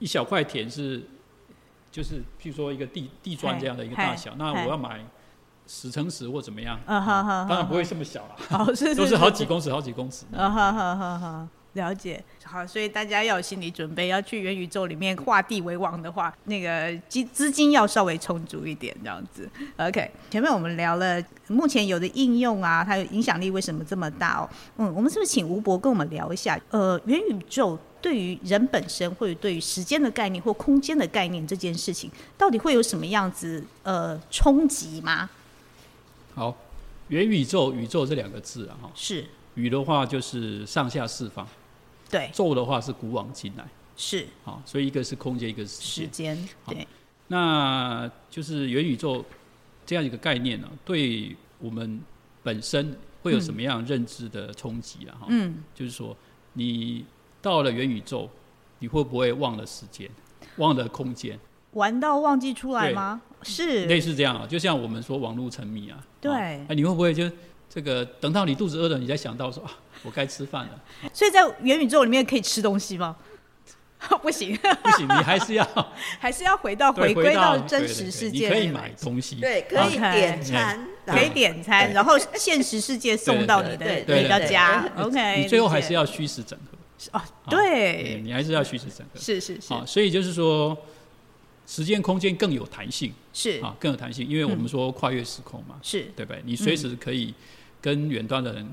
D: 一小块田是，就是譬如说一个地地砖这样的一个大小，那
B: 嗨
D: 我要买十乘十或怎么样？
B: 啊哈哈哈
D: 当然不会这么小啦，
B: 哦是
D: 都是好几，公尺、好几公尺。
B: 啊哈哈哈哈，了解，好，所以大家要有心理准备，要去元宇宙里面画地为王的话，那个资资金要稍微充足一点，这样子。OK，前面我们聊了目前有的应用啊，它有影响力为什么这么大哦？嗯，我们是不是请吴博跟我们聊一下？呃，元宇宙对于人本身，或者对于时间的概念或空间的概念这件事情，到底会有什么样子呃冲击吗？
D: 好，元宇宙、宇宙这两个字啊，哈，
B: 是，
D: 宇的话就是上下四方，
B: 对，
D: 宙的话是古往今来，
B: 是
D: 好，所以一个是空间，一个是时
B: 时
D: 间。
B: 间，对，
D: 那就是元宇宙这样一个概念呢、对我们本身会有什么样认知的冲击啊？哈、
B: 嗯，
D: 就是说你到了元宇宙，你会不会忘了时间，忘了空间？
B: 玩到忘记出来
D: 对
B: 吗？是，
D: 类似这样啊，就像我们说网络沉迷啊，
B: 对
D: 啊哎你会不会就这个等到你肚子饿了，你才想到说啊，我该吃饭了？
B: 所以在元宇宙里面可以吃东西吗？ 不行，
D: 不行，你还是要
B: 还是要回到
D: 对
B: 啊回
D: 回
B: 归到
D: 对
B: 真
D: 对
B: 实
D: 对
B: 世界
D: 你可
B: 里
D: 以
B: 面
D: 买东西，
C: 对，可
D: 啊
C: 以
B: OK
C: 点餐，然
B: 可以
C: 后
B: 点餐，然后现实世界送到你的
C: 对
D: 对对
B: 回到家
C: 对。
B: OK，
D: 你最后
B: 理解
D: 还是要虚实整合。
B: 哦，
D: 啊对，
B: 对，
D: 你还是要虚实整合。
B: 是是是
D: 啊，所以就是说，时间空间更有弹性
B: 是嗯
D: 啊，更有弹性，因为我们说跨越时空嘛，
B: 是，嗯
D: 对不对？你随时可以跟远端的人。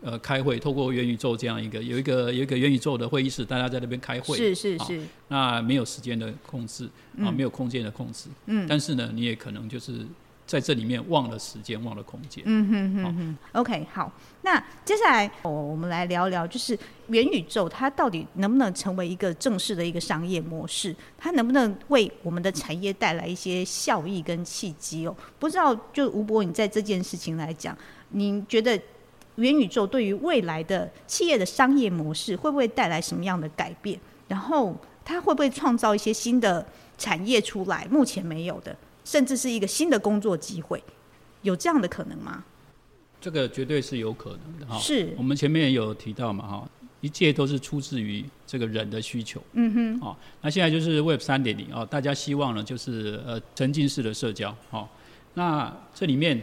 D: 呃，开会透过元宇宙这样一个有一个有一个元宇宙的会议室，大家在那边开会，
B: 是嗯是
D: 啊
B: 是，
D: 那没有时间的控制啊，没有空间的控制，嗯，但是呢，你也可能就是在这里面忘了时间，忘了空间，
B: 嗯哼哼哼，OK，好，那接下来哦，我们来聊聊，就是元宇宙它到底能不能成为一个正式的一个商业模式？它能不能为我们的产业带来一些效益跟契机哦？不知道，就吴博，你在这件事情来讲，您觉得元宇宙对于未来的企业的商业模式会不会带来什么样的改变？然后它会不会创造一些新的产业出来？目前没有的，甚至是一个新的工作机会。有这样的可能吗？
D: 这个绝对是有可能的哈。
B: 是
D: 我们前面也有提到嘛哈，一切都是出自于这个人的需求。嗯哼。哦，那现在就是 Web 三点零哦，大家希望呢就是呃沉浸式的社交哦。那这里面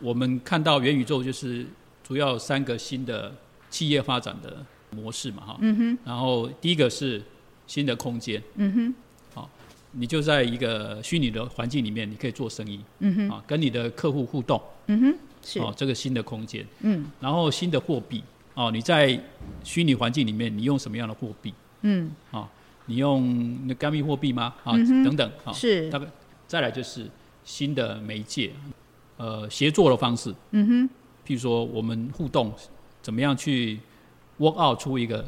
D: 我们看到元宇宙就是主要有三个新的企业发展的模式嘛哈。嗯哼。然后第一个是新的空间。嗯哼。好，你就在一个虚拟的环境里面，你可以做生意。嗯哼。啊，跟你的客户互动。
B: 是
D: 哦，这个新的空间，
B: 嗯，
D: 然后新的货币，哦，你在虚拟环境里面，你用什么样的货币？
B: 嗯，
D: 哦，你用那加密货币吗？啊、等等，啊、
B: 是
D: 大概再来就是新的媒介，呃，协作的方式，嗯哼，譬如说我们互动，怎么样去 work out 出一个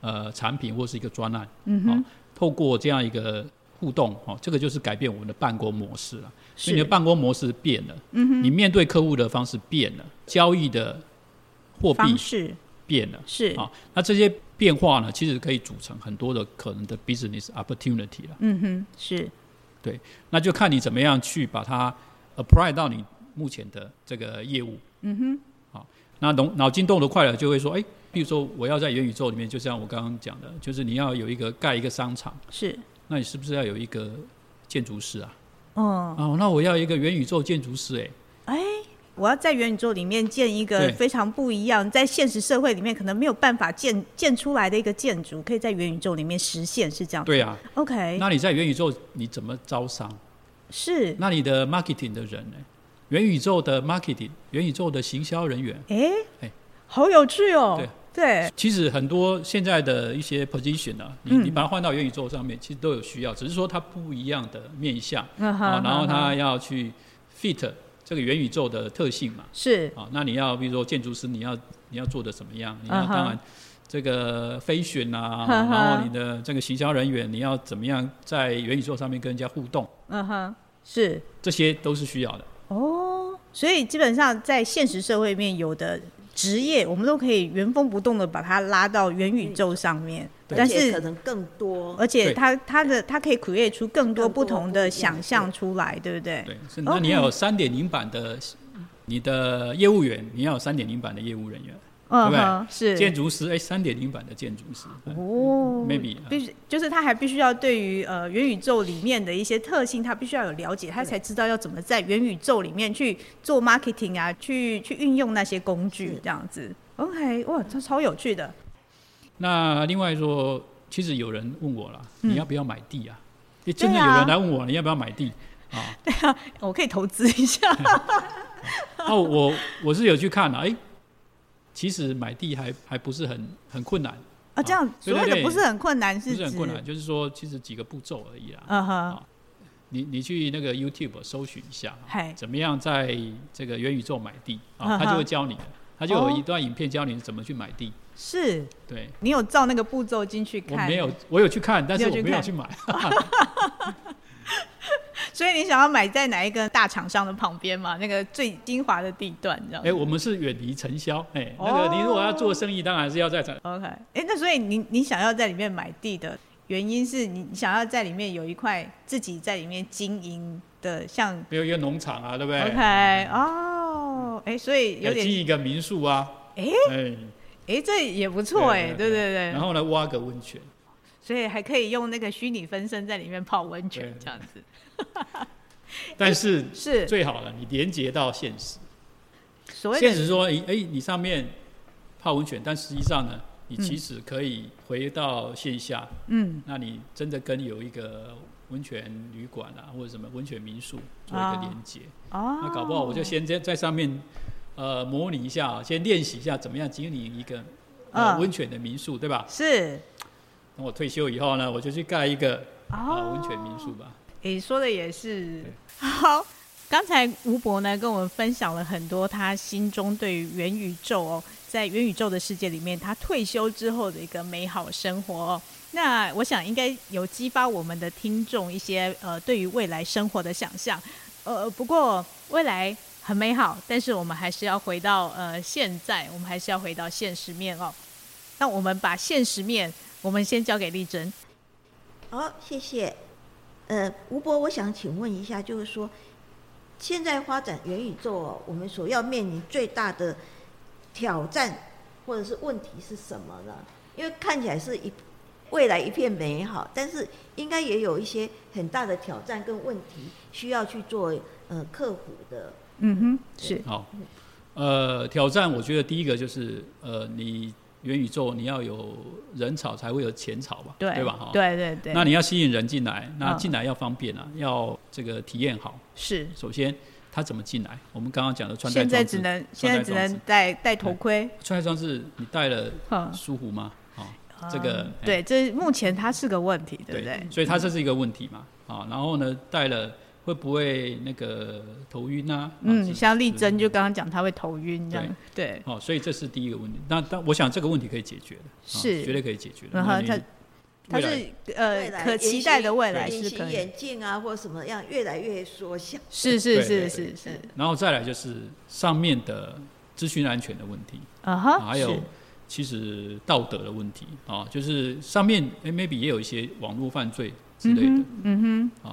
D: 呃产品或是一个专案，嗯哼、透过这样一个互动，哦，这个就是改变我们的办公模式了。所以你的
B: 是
D: 办公模式变了，嗯、你面对客户的方式变了，交易的货币
B: 方式
D: 变了。
B: 是
D: 啊，那这些变化呢，其实可以组成很多的可能的 business opportunity 了。
B: 嗯哼是
D: 那就看你怎么样去把它呃 apply 到你目前的这个业务。嗯哼，好，那脑脑筋动得快了，就会说，哎、比如说我要在元宇宙里面，就像我刚刚讲的，就是你要有一个盖一个商场，
B: 是
D: 那你是不是要有一个建筑师啊？
B: 嗯
D: 哦，那我要一个元宇宙建筑师、哎。
B: 哎。我要在元宇宙里面建一个
D: 对
B: 非常不一样，在现实社会里面可能没有办法建建出来的一个建筑，可以在元宇宙里面实现，是这样。
D: 对啊，
B: ，OK，
D: 那你在元宇宙你怎么招商？
B: 是，
D: 那你的 marketing 的人呢？元宇宙的 marketing，元宇宙的行销人员，
B: 哎、
D: 哎
B: 好有趣哦、
D: 对啊
B: 对，
D: 其实很多现在的一些 position 啊，你你把它换到元宇宙上面，其实都有需要，只是说它不一样的面向
B: 嗯
D: 啊，然后
B: 他
D: 它要去 fit 这个元宇宙的特性嘛。
B: 是
D: 啊，那你要比如说建筑师，你要你要做的怎么样？你要
B: 嗯哼
D: 当然这个飞选啊，
B: 嗯哼
D: 然后你的这个行销人员，你要怎么样在元宇宙上面跟人家互动？
B: 嗯哼是
D: 这些都是需要的。
B: 哦，所以基本上在现实社会里面有的职业，我们都可以原封不动的把它拉到元宇宙上面，
C: 而
B: 但
C: 且
B: 是
C: 可能更多，
B: 而且
D: 对
B: 它它的它可以 create 出更多
C: 更
B: 不
C: 多
B: 同
C: 不一
B: 的
C: 样
B: 想
C: 的
B: 象出来，对不对？
D: 对，是那你要有三点零版的，你的业务员，你要有三点零版的业务人员，
B: 嗯
D: 对不对
B: 哼，是
D: 建筑师，哎，三点零版的建筑师，哎
B: 哦
D: maybe，啊
B: 必须就是他还必须要对于呃元宇宙里面的一些特性，他必须要有了解，他才知道要怎么在元宇宙里面去做 marketing 啊，去去运用那些工具
C: 是
B: 这样子。OK，哇，这超有趣的。
D: 那另外说，其实有人问我了，
B: 嗯
D: 你要不要买地啊？也真的
B: 对
D: 有
B: 啊
D: 人来问我，你要不要买地 啊？
B: 我可以投资一 下。
D: 哦，我我是有去看了，哎、其实买地还还不是很很困难，
B: 啊，这样
D: 啊
B: 所谓
D: 对对
B: 的
D: 对
B: 不是很困难，
D: 不
B: 是
D: 是很困
B: 指
D: 难，。就是说其实几个步骤而已啦。
B: 嗯哼，
D: 你你去那个 YouTube 搜寻一下，啊
B: 嗨，
D: 怎么样在这个元宇宙买地
B: 嗯
D: 啊？
B: 哼
D: 他就会教你的，他就有
B: 哦
D: 一段影片教你怎么去买地。
B: 是
D: 对，
B: 你有照那个步骤进去
D: 我
B: 看，
D: 没有，我有去看，但是
B: 你有去
D: 我没有
B: 看
D: 去买。
B: 所以你想要买在哪一个大厂商的旁边嘛？那个最精华的地段，这样。
D: 哎，我们是远离承销，哎，
B: 哦
D: 那个你如果要做生意，当然是要在承
B: OK，哎、那所以你你想要在里面买地的原因是你你想要在里面有一块自己在里面经营的，像
D: 没有一个农场啊，对不对？
B: OK 哦，哎、所以有
D: 有
B: 点
D: 经营一个民宿啊，
B: 哎
D: 哎，
B: 哎、这也不错哎、对对对，
D: 然后呢，挖个温泉，
B: 所以还可以用那个虚拟分身在里面泡温泉
D: 对
B: 这样子，
D: 但是
B: 哎是
D: 最好了，你连接到现实。
B: 所谓
D: 现
B: 的
D: 实说，哎、哎，你上面泡温泉，但实际上呢，你其实可以回到线下，
B: 嗯
D: 那你真的跟有一个温泉旅馆啊，或者什么温泉民宿做
B: 啊
D: 一个连接。
B: 哦，
D: 那搞不好我就先在在上面，呃，模拟一下啊，先练习一下怎么样经营一个呃
B: 嗯
D: 温泉的民宿，对吧？
B: 是
D: 等我退休以后呢，我就去盖一个呃
B: 哦
D: 温泉民宿吧。
B: 你说的也是
D: 对。
B: 好，刚才吴博呢跟我们分享了很多他心中对于元宇宙哦，在元宇宙的世界里面，他退休之后的一个美好生活哦。那我想应该有激发我们的听众一些呃对于未来生活的想象。呃，不过未来很美好，但是我们还是要回到呃现在，我们还是要回到现实面哦。那我们把现实面，我们先交给丽珍。
C: 好，谢谢。呃，吴博，我想请问一下，就是说，现在发展元宇宙哦，我们所要面临最大的挑战或者是问题是什么呢？因为看起来是一未来一片美好，但是应该也有一些很大的挑战跟问题需要去做呃克服的。
B: 嗯哼，是
D: 好，呃，挑战我觉得第一个就是呃，你元宇宙你要有人潮才会有钱潮吧，
B: 对
D: 吧？哈，
B: 对对对，
D: 那你要吸引人进来，那
B: 嗯
D: 进来要方便啊，要这个体验好。
B: 是
D: 首先，他怎么进来？我们刚刚讲的穿戴
B: 现在
D: 装
B: 只
D: 置，
B: 能现在
D: 穿戴
B: 只
D: 装置
B: 能戴戴头盔，
D: 穿戴装置你戴了
B: 哈，
D: 舒服吗？啊、这个、
B: 嗯
D: 哎啊
B: 对，这目前它是个问题，对不对？
D: 所以它这是一个问题嘛，啊、然后呢，戴了会不会那个头晕啊？啊
B: 嗯，
D: 是
B: 像丽
D: 是
B: 珍就刚刚讲，她会头晕这样，对，
D: 哦，所以这是第一个问题。那但我想这个问题可以解决的，啊
B: 是
D: 绝对可以解决的。
B: 然后
D: 那你
B: 它它
D: 未来
B: 是呃
C: 未来
B: 可期待的未来
C: 隐
B: 是
C: 形
B: 可以，
C: 眼镜啊，或什么样越来越缩小。
B: 是是
D: 对
B: 是
D: 对
B: 是是，
D: 然后再来就是上面的资讯安全的问题，
B: 啊哈，
D: 还有
B: 是
D: 其实道德的问题啊、就是上面诶 maybe 也有一些网络犯罪之类的，
B: 嗯
D: 啊、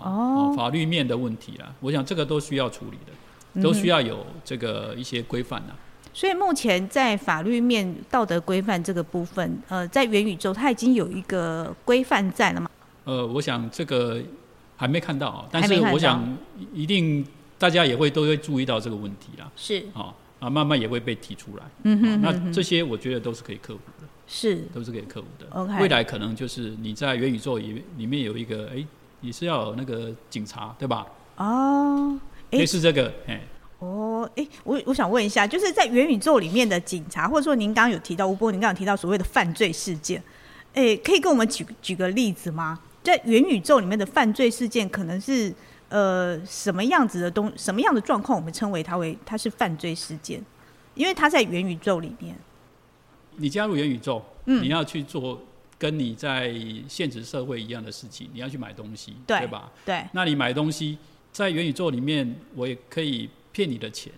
B: 哦
D: 法律面的问题啊，我想这个都需要处理
B: 嗯哼
D: 的，都需要有这个一些规范啊。
B: 哼，所以目前在法律面道德规范这个部分，呃，在元宇宙它已经有一个规范在了嘛，
D: 呃，我想这个还没看到啊，但
B: 还没
D: 是
B: 看到
D: 我想一定大家也会都会注意到这个问题啦，
B: 是，
D: 啊、啊，慢慢也会被提出来。
B: 嗯
D: 哦
B: 哼，嗯
D: 那
B: 哼
D: 这些我觉得都是可以克服的，
B: 是
D: 都是可以克服的。
B: OK
D: 未来可能就是你在元宇宙里里面有一个，哎、你是要有那个警察对吧？
B: 哦，诶
D: 类似这个，哎、
B: 哦，哎、我我想问一下，就是在元宇宙里面的警察，或者说您刚刚有提到吴波，您刚刚有提到所谓的犯罪事件，哎、可以跟我们举举个例子吗？在元宇宙里面的犯罪事件，可能是呃什么样子的东，什么样的状况，我们称为它为它是犯罪事件，因为它在元宇宙里面，
D: 你加入元宇宙，
B: 嗯
D: 你要去做跟你在现实社会一样的事情，你要去买东西，
B: 对
D: 对吧？
B: 对，
D: 那你买东西在元宇宙里面，我也可以骗你的钱。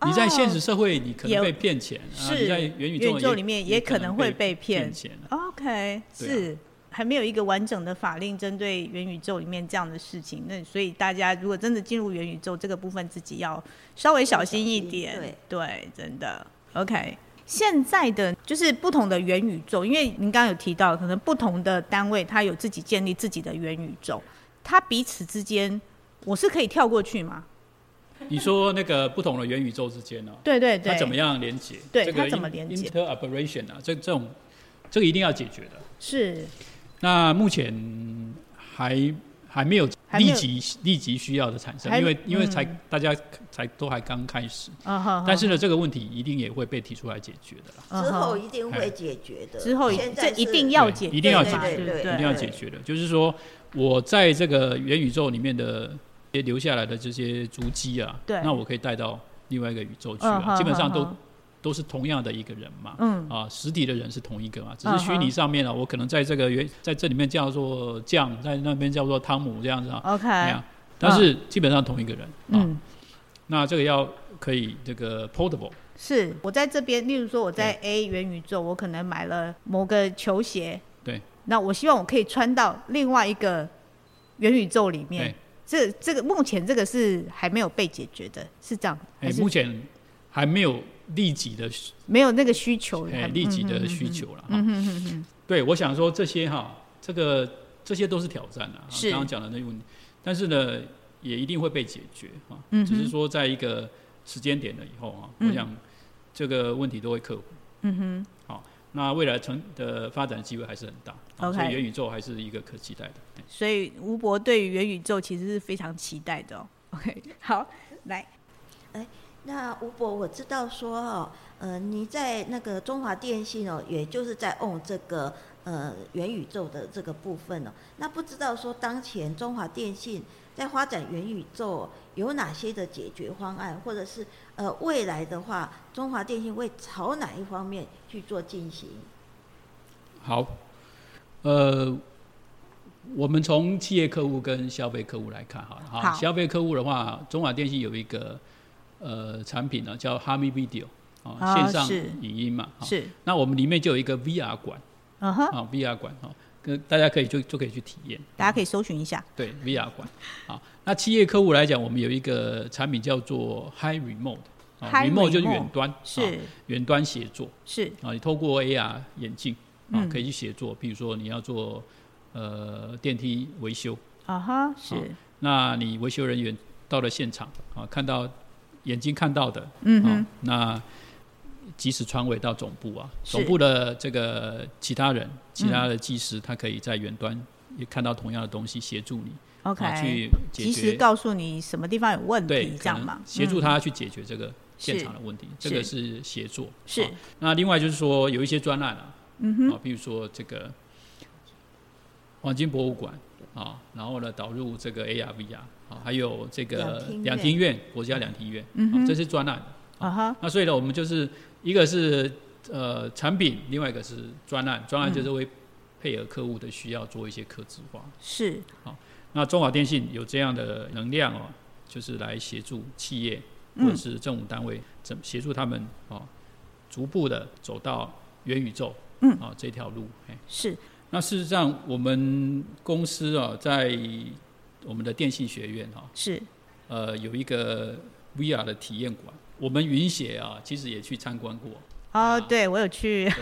B: 哦
D: 你在现实社会，你可
B: 也
D: 能被骗钱；啊
B: 是
D: 你在元宇宙
B: 元宇宙里面也
D: 也
B: 可能会被
D: 被
B: 骗
D: 钱啊。
B: OK，
D: 对啊
B: 是、还没有一个完整的法令针对元宇宙里面这样的事情。那所以大家如果真的进入元宇宙这个部分，自己要稍微小心一点。
C: 小心
B: 对，真的 OK。现在的就是不同的元宇宙，因为您刚刚有提到，可能不同的单位它有自己建立自己的元宇宙，它彼此之间我是可以跳过去吗？
D: 你说那个不同的元宇宙之间呢、啊
B: 对对对，
D: 它怎么样连接？
B: 对
D: 这个
B: 它怎么连接
D: i n t e r o p e r a t i o n 啊，这这种这个一定要解决的。
B: 是
D: 那目前还还没有
B: 还没
D: 立
B: 有
D: 即立即需要的产生，
B: 还
D: 因为因为才、
B: 嗯
D: 大家才都还刚开始，
B: 啊哈，
D: 但是呢，这个问题一定也会被提出来解决的啦，
C: 之后
B: 后
C: 一定会解决的。
B: 嗯之后
C: 现在
B: 这
C: 是
B: 一定要解决，
D: 一定要
B: 对
D: 解
C: 决
B: 对对
C: 对
D: 一定
B: 对
D: 要解决的。就是说我在这个元宇宙里面的这些留下来的这些足迹啊，
B: 对
D: 那我可以带到另外一个宇宙去
B: 嗯
D: 啊，
B: 哼
D: 基本上
B: 哼
D: 都
B: 哼
D: 都是同样的一个人嘛。
B: 嗯
D: 啊，实体的人是同一个嘛，只
B: 嗯
D: 是
B: 哼
D: 虚拟上面呢、啊我可能在这个原在这里面叫做酱，在那边叫做汤姆这样子啊，
B: ，OK，
D: 哎呀，但是基本上同一个人啊。
B: 嗯。
D: 那这个要可以这个 portable，
B: 是我在这边，例如说我在 A 元宇宙，我可能买了某个球鞋，
D: 对，
B: 那我希望我可以穿到另外一个元宇宙里面
D: 对。
B: 这这个目前这个是还没有被解决的，是这样，
D: 哎
B: 还，是
D: 目前还没有立即的需
B: 没有那个需求？嗯
D: 哎
B: 还
D: 立即的需求了哈。对，我想说这些哈，这个这些都是挑战啊，
B: 是
D: 刚刚讲的那个问题，但是呢，也一定会被解决哈，
B: 嗯
D: 只是说在一个时间点了以后啊，我想这个问题都会克服。嗯哼，好，那未来成的发展机会还是很大啊
B: OK
D: 所以元宇宙还是一个可期待的。
B: 所以吴博对于元宇宙其实是非常期待的、哦。OK，好，来，
C: 那吴博，我知道说哦，呃，你在那个中华电信哦，也就是在 on 这个呃元宇宙的这个部分哦。那不知道说当前中华电信在发展元宇宙哦、有哪些的解决方案，或者是呃未来的话，中华电信会朝哪一方面去做进行？
D: 好，呃，我们从企业客户跟消费客户来看好了哈。
B: 好
D: 消费客户的话，中华电信有一个呃产品呢，叫 Hami Video 啊、
B: 啊
D: 线上
B: 是
D: 影音嘛。哈
B: 是，
D: 那我们里面就有一个 VR 馆
B: 嗯哼，
D: 啊、v r 馆哈，跟大家可以就就可以去体验。
B: 大家可以搜寻一下。
D: 对 VR 馆啊，那企业客户来讲，我们有一个产品叫做 High Remote 啊
B: Hi
D: ，Remote 就是
B: Remote，
D: 远端，啊
B: 是
D: 远、端协作。
B: 是，
D: 啊，你透过 AR 眼镜啊
B: 嗯，
D: 可以去协作，比如说你要做呃电梯维修，
B: 啊哈，是，
D: 那你维修人员到了现场啊，看到眼睛看到的，
B: 嗯
D: 啊
B: 哼，，
D: 那及时传回到总部啊，
B: 是嗯
D: 总部的这个其他人、其他的技师，他可以在远端也看到同样的东西，协助你啊
B: OK，
D: 去解
B: 及时
D: 决。
B: 告诉你什么地方有问
D: 对
B: 题，，这
D: 可
B: 样
D: 能
B: 嘛？
D: 协助
B: 嗯
D: 他去解决这个现
B: 是
D: 场的问题，这个是协作。
B: 是
D: 啊那另外就是说，有一些专案啊，嗯哼，啊，比如说这个黄金博物馆啊，然后呢，导入这个 AR、VR 啊，还有这个
C: 两厅院
D: 两厅院国家两厅院，嗯这是专案。
B: 啊哈，
D: 那所以呢，我们就是一个是呃产品，另外一个是专案，专案就是会配合客户的需要做一些客制化。
B: 是
D: 那中华电信有这样的能量哦，就是来协助企业或者是政府单位，怎么协助他们哦，逐步的走到元宇宙，
B: 嗯
D: 啊、这条路。哎，
B: 是，
D: 那事实上我们公司啊、在我们的电信学院啊、
B: 是
D: 呃，有一个 VR 的体验馆。我们云写啊，其实也去参观过。啊
B: 哦，对我有去，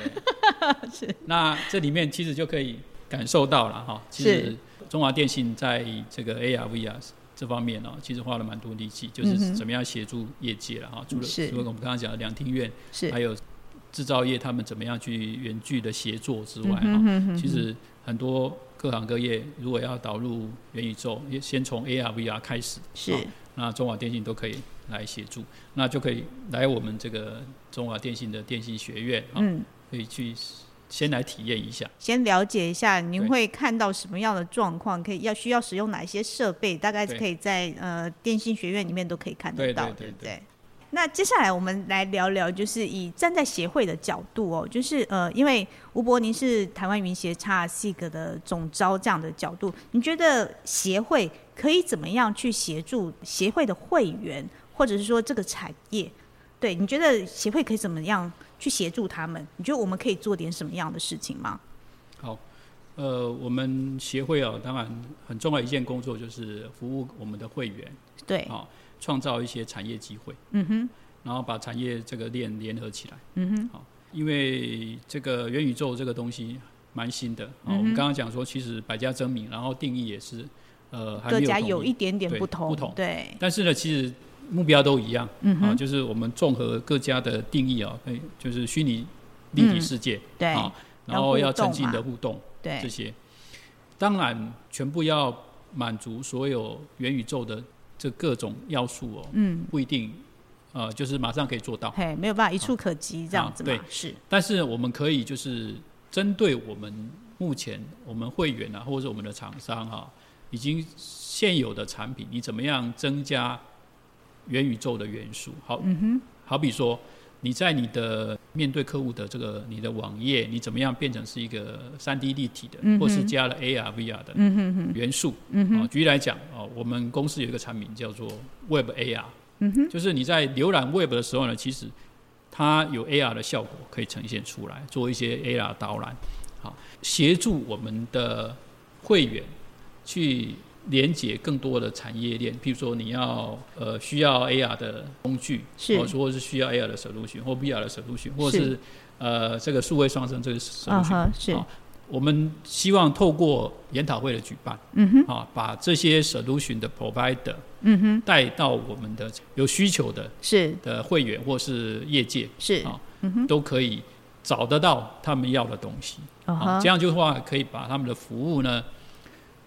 D: 那这里面其实就可以感受到了哈，其实中华电信在这个 AR、VR 啊这方面哦，其实花了蛮多力气，就是怎么样协助业界了哈。除了
B: 嗯是
D: 除了我们刚刚讲的两厅院，还
B: 是
D: 有制造业他们怎么样去远距的协作之
B: 嗯
D: 外哈，其实很多各行各业如果要导入元宇宙，也先从 AR、VR 啊开始。
B: 是
D: 好那中华电信都可以来协助，那就可以来我们这个中华电信的电信学院啊，
B: 嗯，
D: 可以去先来体验一下。
B: 先了解一下您
D: 对
B: 会看到什么样的状况，可以要需要使用哪一些设备，大概
D: 对
B: 可以在呃电信学院里面都可以看得
D: 对
B: 到，
D: 对对
B: 不
D: 对
B: 对？那接下来我们来聊聊，就是以站在协会的角度哦，就是呃，因为吴伯您是台湾云协差 SIG 的总招这样的角度，你觉得协会可以怎么样去协助协会的会员，或者是说这个产业？对，你觉得协会可以怎么样去协助他们？你觉得我们可以做点什么样的事情吗？
D: 好，呃，我们协会啊，当然很重要一件工作就是服务我们的会员，
B: 对，
D: 啊，创造一些产业机会，
B: 嗯哼，
D: 然后把产业这个链联合起来，嗯哼，好，因为这个元宇宙这个东西蛮新的，啊，我们刚刚讲说其实百家争鸣，然后定义也是，呃，还
B: 各
D: 没有
B: 家
D: 统
B: 有
D: 一
B: 一点点
D: 对
B: 不同，
D: 不同
B: 对，
D: 但是呢，其实目标都一样，啊，哎就是我们综合各家的定义啊，可以就是虚拟立体世界，
B: 对
D: 啊，然后
B: 要
D: 要
B: 互动
D: 沉浸的
B: 嘛
D: 互动这
B: 对，
D: 些，当然全部要满足所有元宇宙的这各种要素哦，
B: 嗯，
D: 不一定呃就是马上可以做到，
B: 嘿，没有办法一触可及这样子嘛，
D: 啊对
B: 是，
D: 但是我们可以就是针对我们目前我们会员啊，或者是我们的厂商啊，已经现有的产品，你怎么样增加元宇宙的元素？好，
B: 嗯
D: 好比说你在你的面对客户的这个你的网页，你怎么样变成是一个三 D 立体的，
B: 嗯哼
D: 或是加了 AR、VR 的元素？嗯哼，举例来讲，哦，我们公司有一个产品叫做 Web AR，嗯哼，就是你在浏览 Web 的时候呢，其实它有 AR 的效果可以呈现出来，做一些 AR 导览，好，协助我们的会员去。连接更多的产业链，譬如说你要呃需要 AR 的工具，哦
B: 是
D: 或者说是需要 AR 的 solution 或 VR 的 solution，或者
B: 是
D: 是呃这个数位双生这个
B: 哼，嗯
D: solution，、
B: 哼，是，
D: 好我们希望透过研讨会的举办，
B: 嗯哼，
D: 啊，把这些 solution 的 provider
B: 嗯哼，
D: 带到我们的有需求的
B: 是
D: 的会员或是业界，
B: 是，
D: 好都可以找得到他们要的东西。
B: 嗯
D: 啊，
B: 哼
D: 这，样就话可以把他们的服务呢，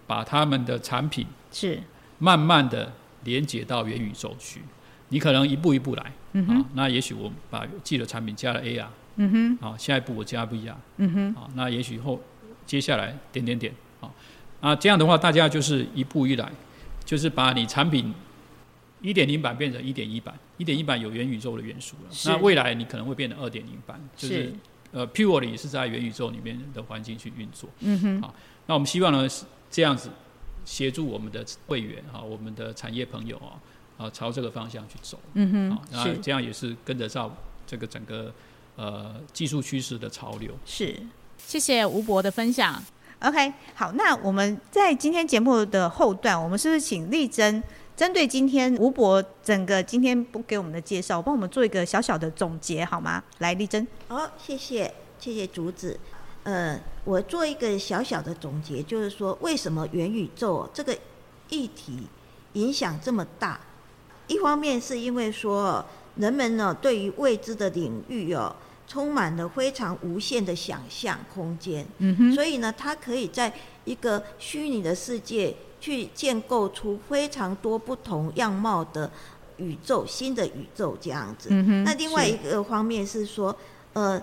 D: 把他们的产品
B: 是，
D: 慢慢的连接到元宇宙去。你可能一步一步来，
B: 嗯
D: 啊，那也许我把自己的产品加了 AR，
B: 嗯哼，
D: 啊，下一步我加 VR，
B: 嗯哼，
D: 啊，那也许后接下来点点点啊啊，这样的话大家就是一步一来，就是把你产品一点零版变成一点一版，一点一版有元宇宙的元素了，
B: 是
D: 那未来你可能会变成二点零版，就是
B: 是，
D: 呃 purely 是在元宇宙里面的环境去运作。
B: 嗯哼，
D: 那我们希望呢是这样子协助我们的会员啊，我们的产业朋友啊啊朝这个方向去走。
B: 嗯
D: 啊，
B: 哼，
D: 那
B: 是
D: 这样也是跟得上这个整个呃技术趋势的潮流。
B: 是，谢谢吴博的分享。OK，好，那我们在今天节目的后段，我们是不是请丽珍针对今天吴博整个今天不给我们的介绍，帮我们做一个小小的总结好吗？来，丽珍，
C: 好，哦谢谢，谢谢竹子。呃，我做一个小小的总结，就是说，为什么元宇宙这个议题影响这么大？一方面是因为说，人们呢对于未知的领域哦，充满了非常无限的想象空间，
B: 嗯哼，
C: 所以呢，它可以在一个虚拟的世界去建构出非常多不同样貌的宇宙，新的宇宙这样子。
B: 嗯哼
C: 那另外
B: 是
C: 一个方面是说，呃，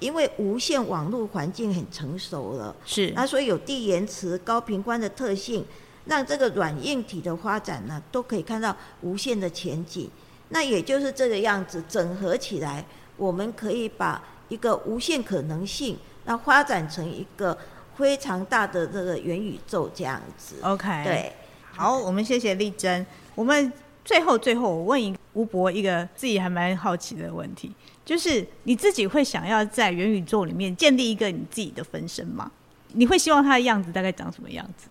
C: 因为无线网络环境很成熟了，
B: 是
C: 那所以有低延迟、高频宽的特性，让这个软硬体的发展呢，都可以看到无限的前景。那也就是这个样子，整合起来，我们可以把一个无限可能性，那发展成一个非常大的这个元宇宙这样子。
B: OK，，
C: 对，
B: 好，我们谢谢丽珍。我们最后最后，我问一吴博一个自己还蛮好奇的问题，就是你自己会想要在元宇宙里面建立一个你自己的分身吗？你会希望它的样子大概长什么样子？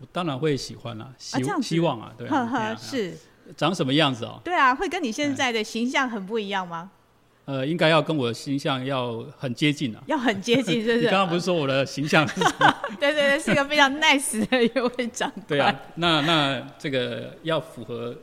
D: 我当然会喜欢啦、希、
B: 啊这样子
D: 希望啊，对啊
B: 呵
D: 对啊
B: 呵，
D: 对啊哎
B: 是，
D: 长什么样子哦？
B: 对啊，会跟你现在的形象很不一样吗？
D: 呃，应该要跟我的形象要很接近啊。
B: 要很接近，是不
D: 你
B: 是？
D: 刚刚不是说我的形象是什么？
B: 对对对，是一个非常 nice 的一位长官。
D: 对啊，那那这个要符合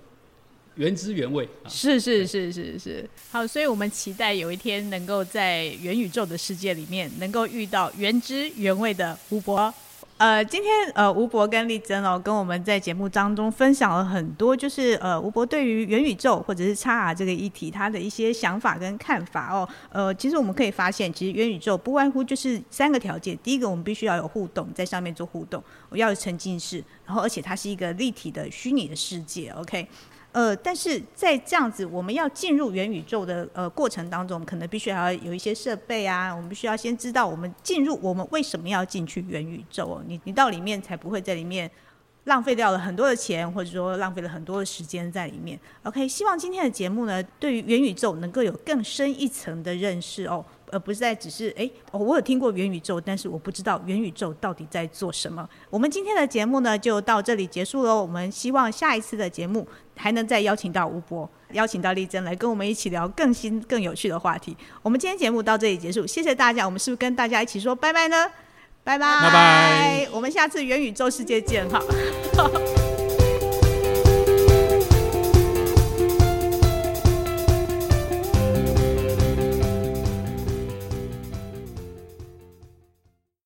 D: 原汁原味啊。
B: 是是是是是，好，所以我们期待有一天能够在元宇宙的世界里面，能够遇到原汁原味的吴博。呃，今天呃，吴博跟丽珍哦，跟我们在节目当中分享了很多，就是呃，吴博对于元宇宙或者是叉 R 这个议题，他的一些想法跟看法哦。呃，其实我们可以发现，其实元宇宙不外乎就是三个条件：第一个，我们必须要有互动，在上面做互动；我要有沉浸式，然后而且它是一个立体的虚拟的世界。OK，呃，但是在这样子，我们要进入元宇宙的呃过程当中，我们可能必须还要有一些设备啊，我们必须要先知道我们进入我们为什么要进去元宇宙哦，你你到里面才不会在里面浪费掉了很多的钱，或者说浪费了很多的时间在里面。OK，希望今天的节目呢，对于元宇宙能够有更深一层的认识哦，而不是在只是诶，哦我有听过元宇宙，但是我不知道元宇宙到底在做什么。我们今天的节目呢就到这里结束喽，我们希望下一次的节目还能再邀请到吴博，邀请到丽珍来跟我们一起聊更新、更有趣的话题。我们今天节目到这里结束，谢谢大家，我们是不是跟大家一起说拜拜呢？拜拜，
D: 拜拜，
B: 我们下次元宇宙世界见哈。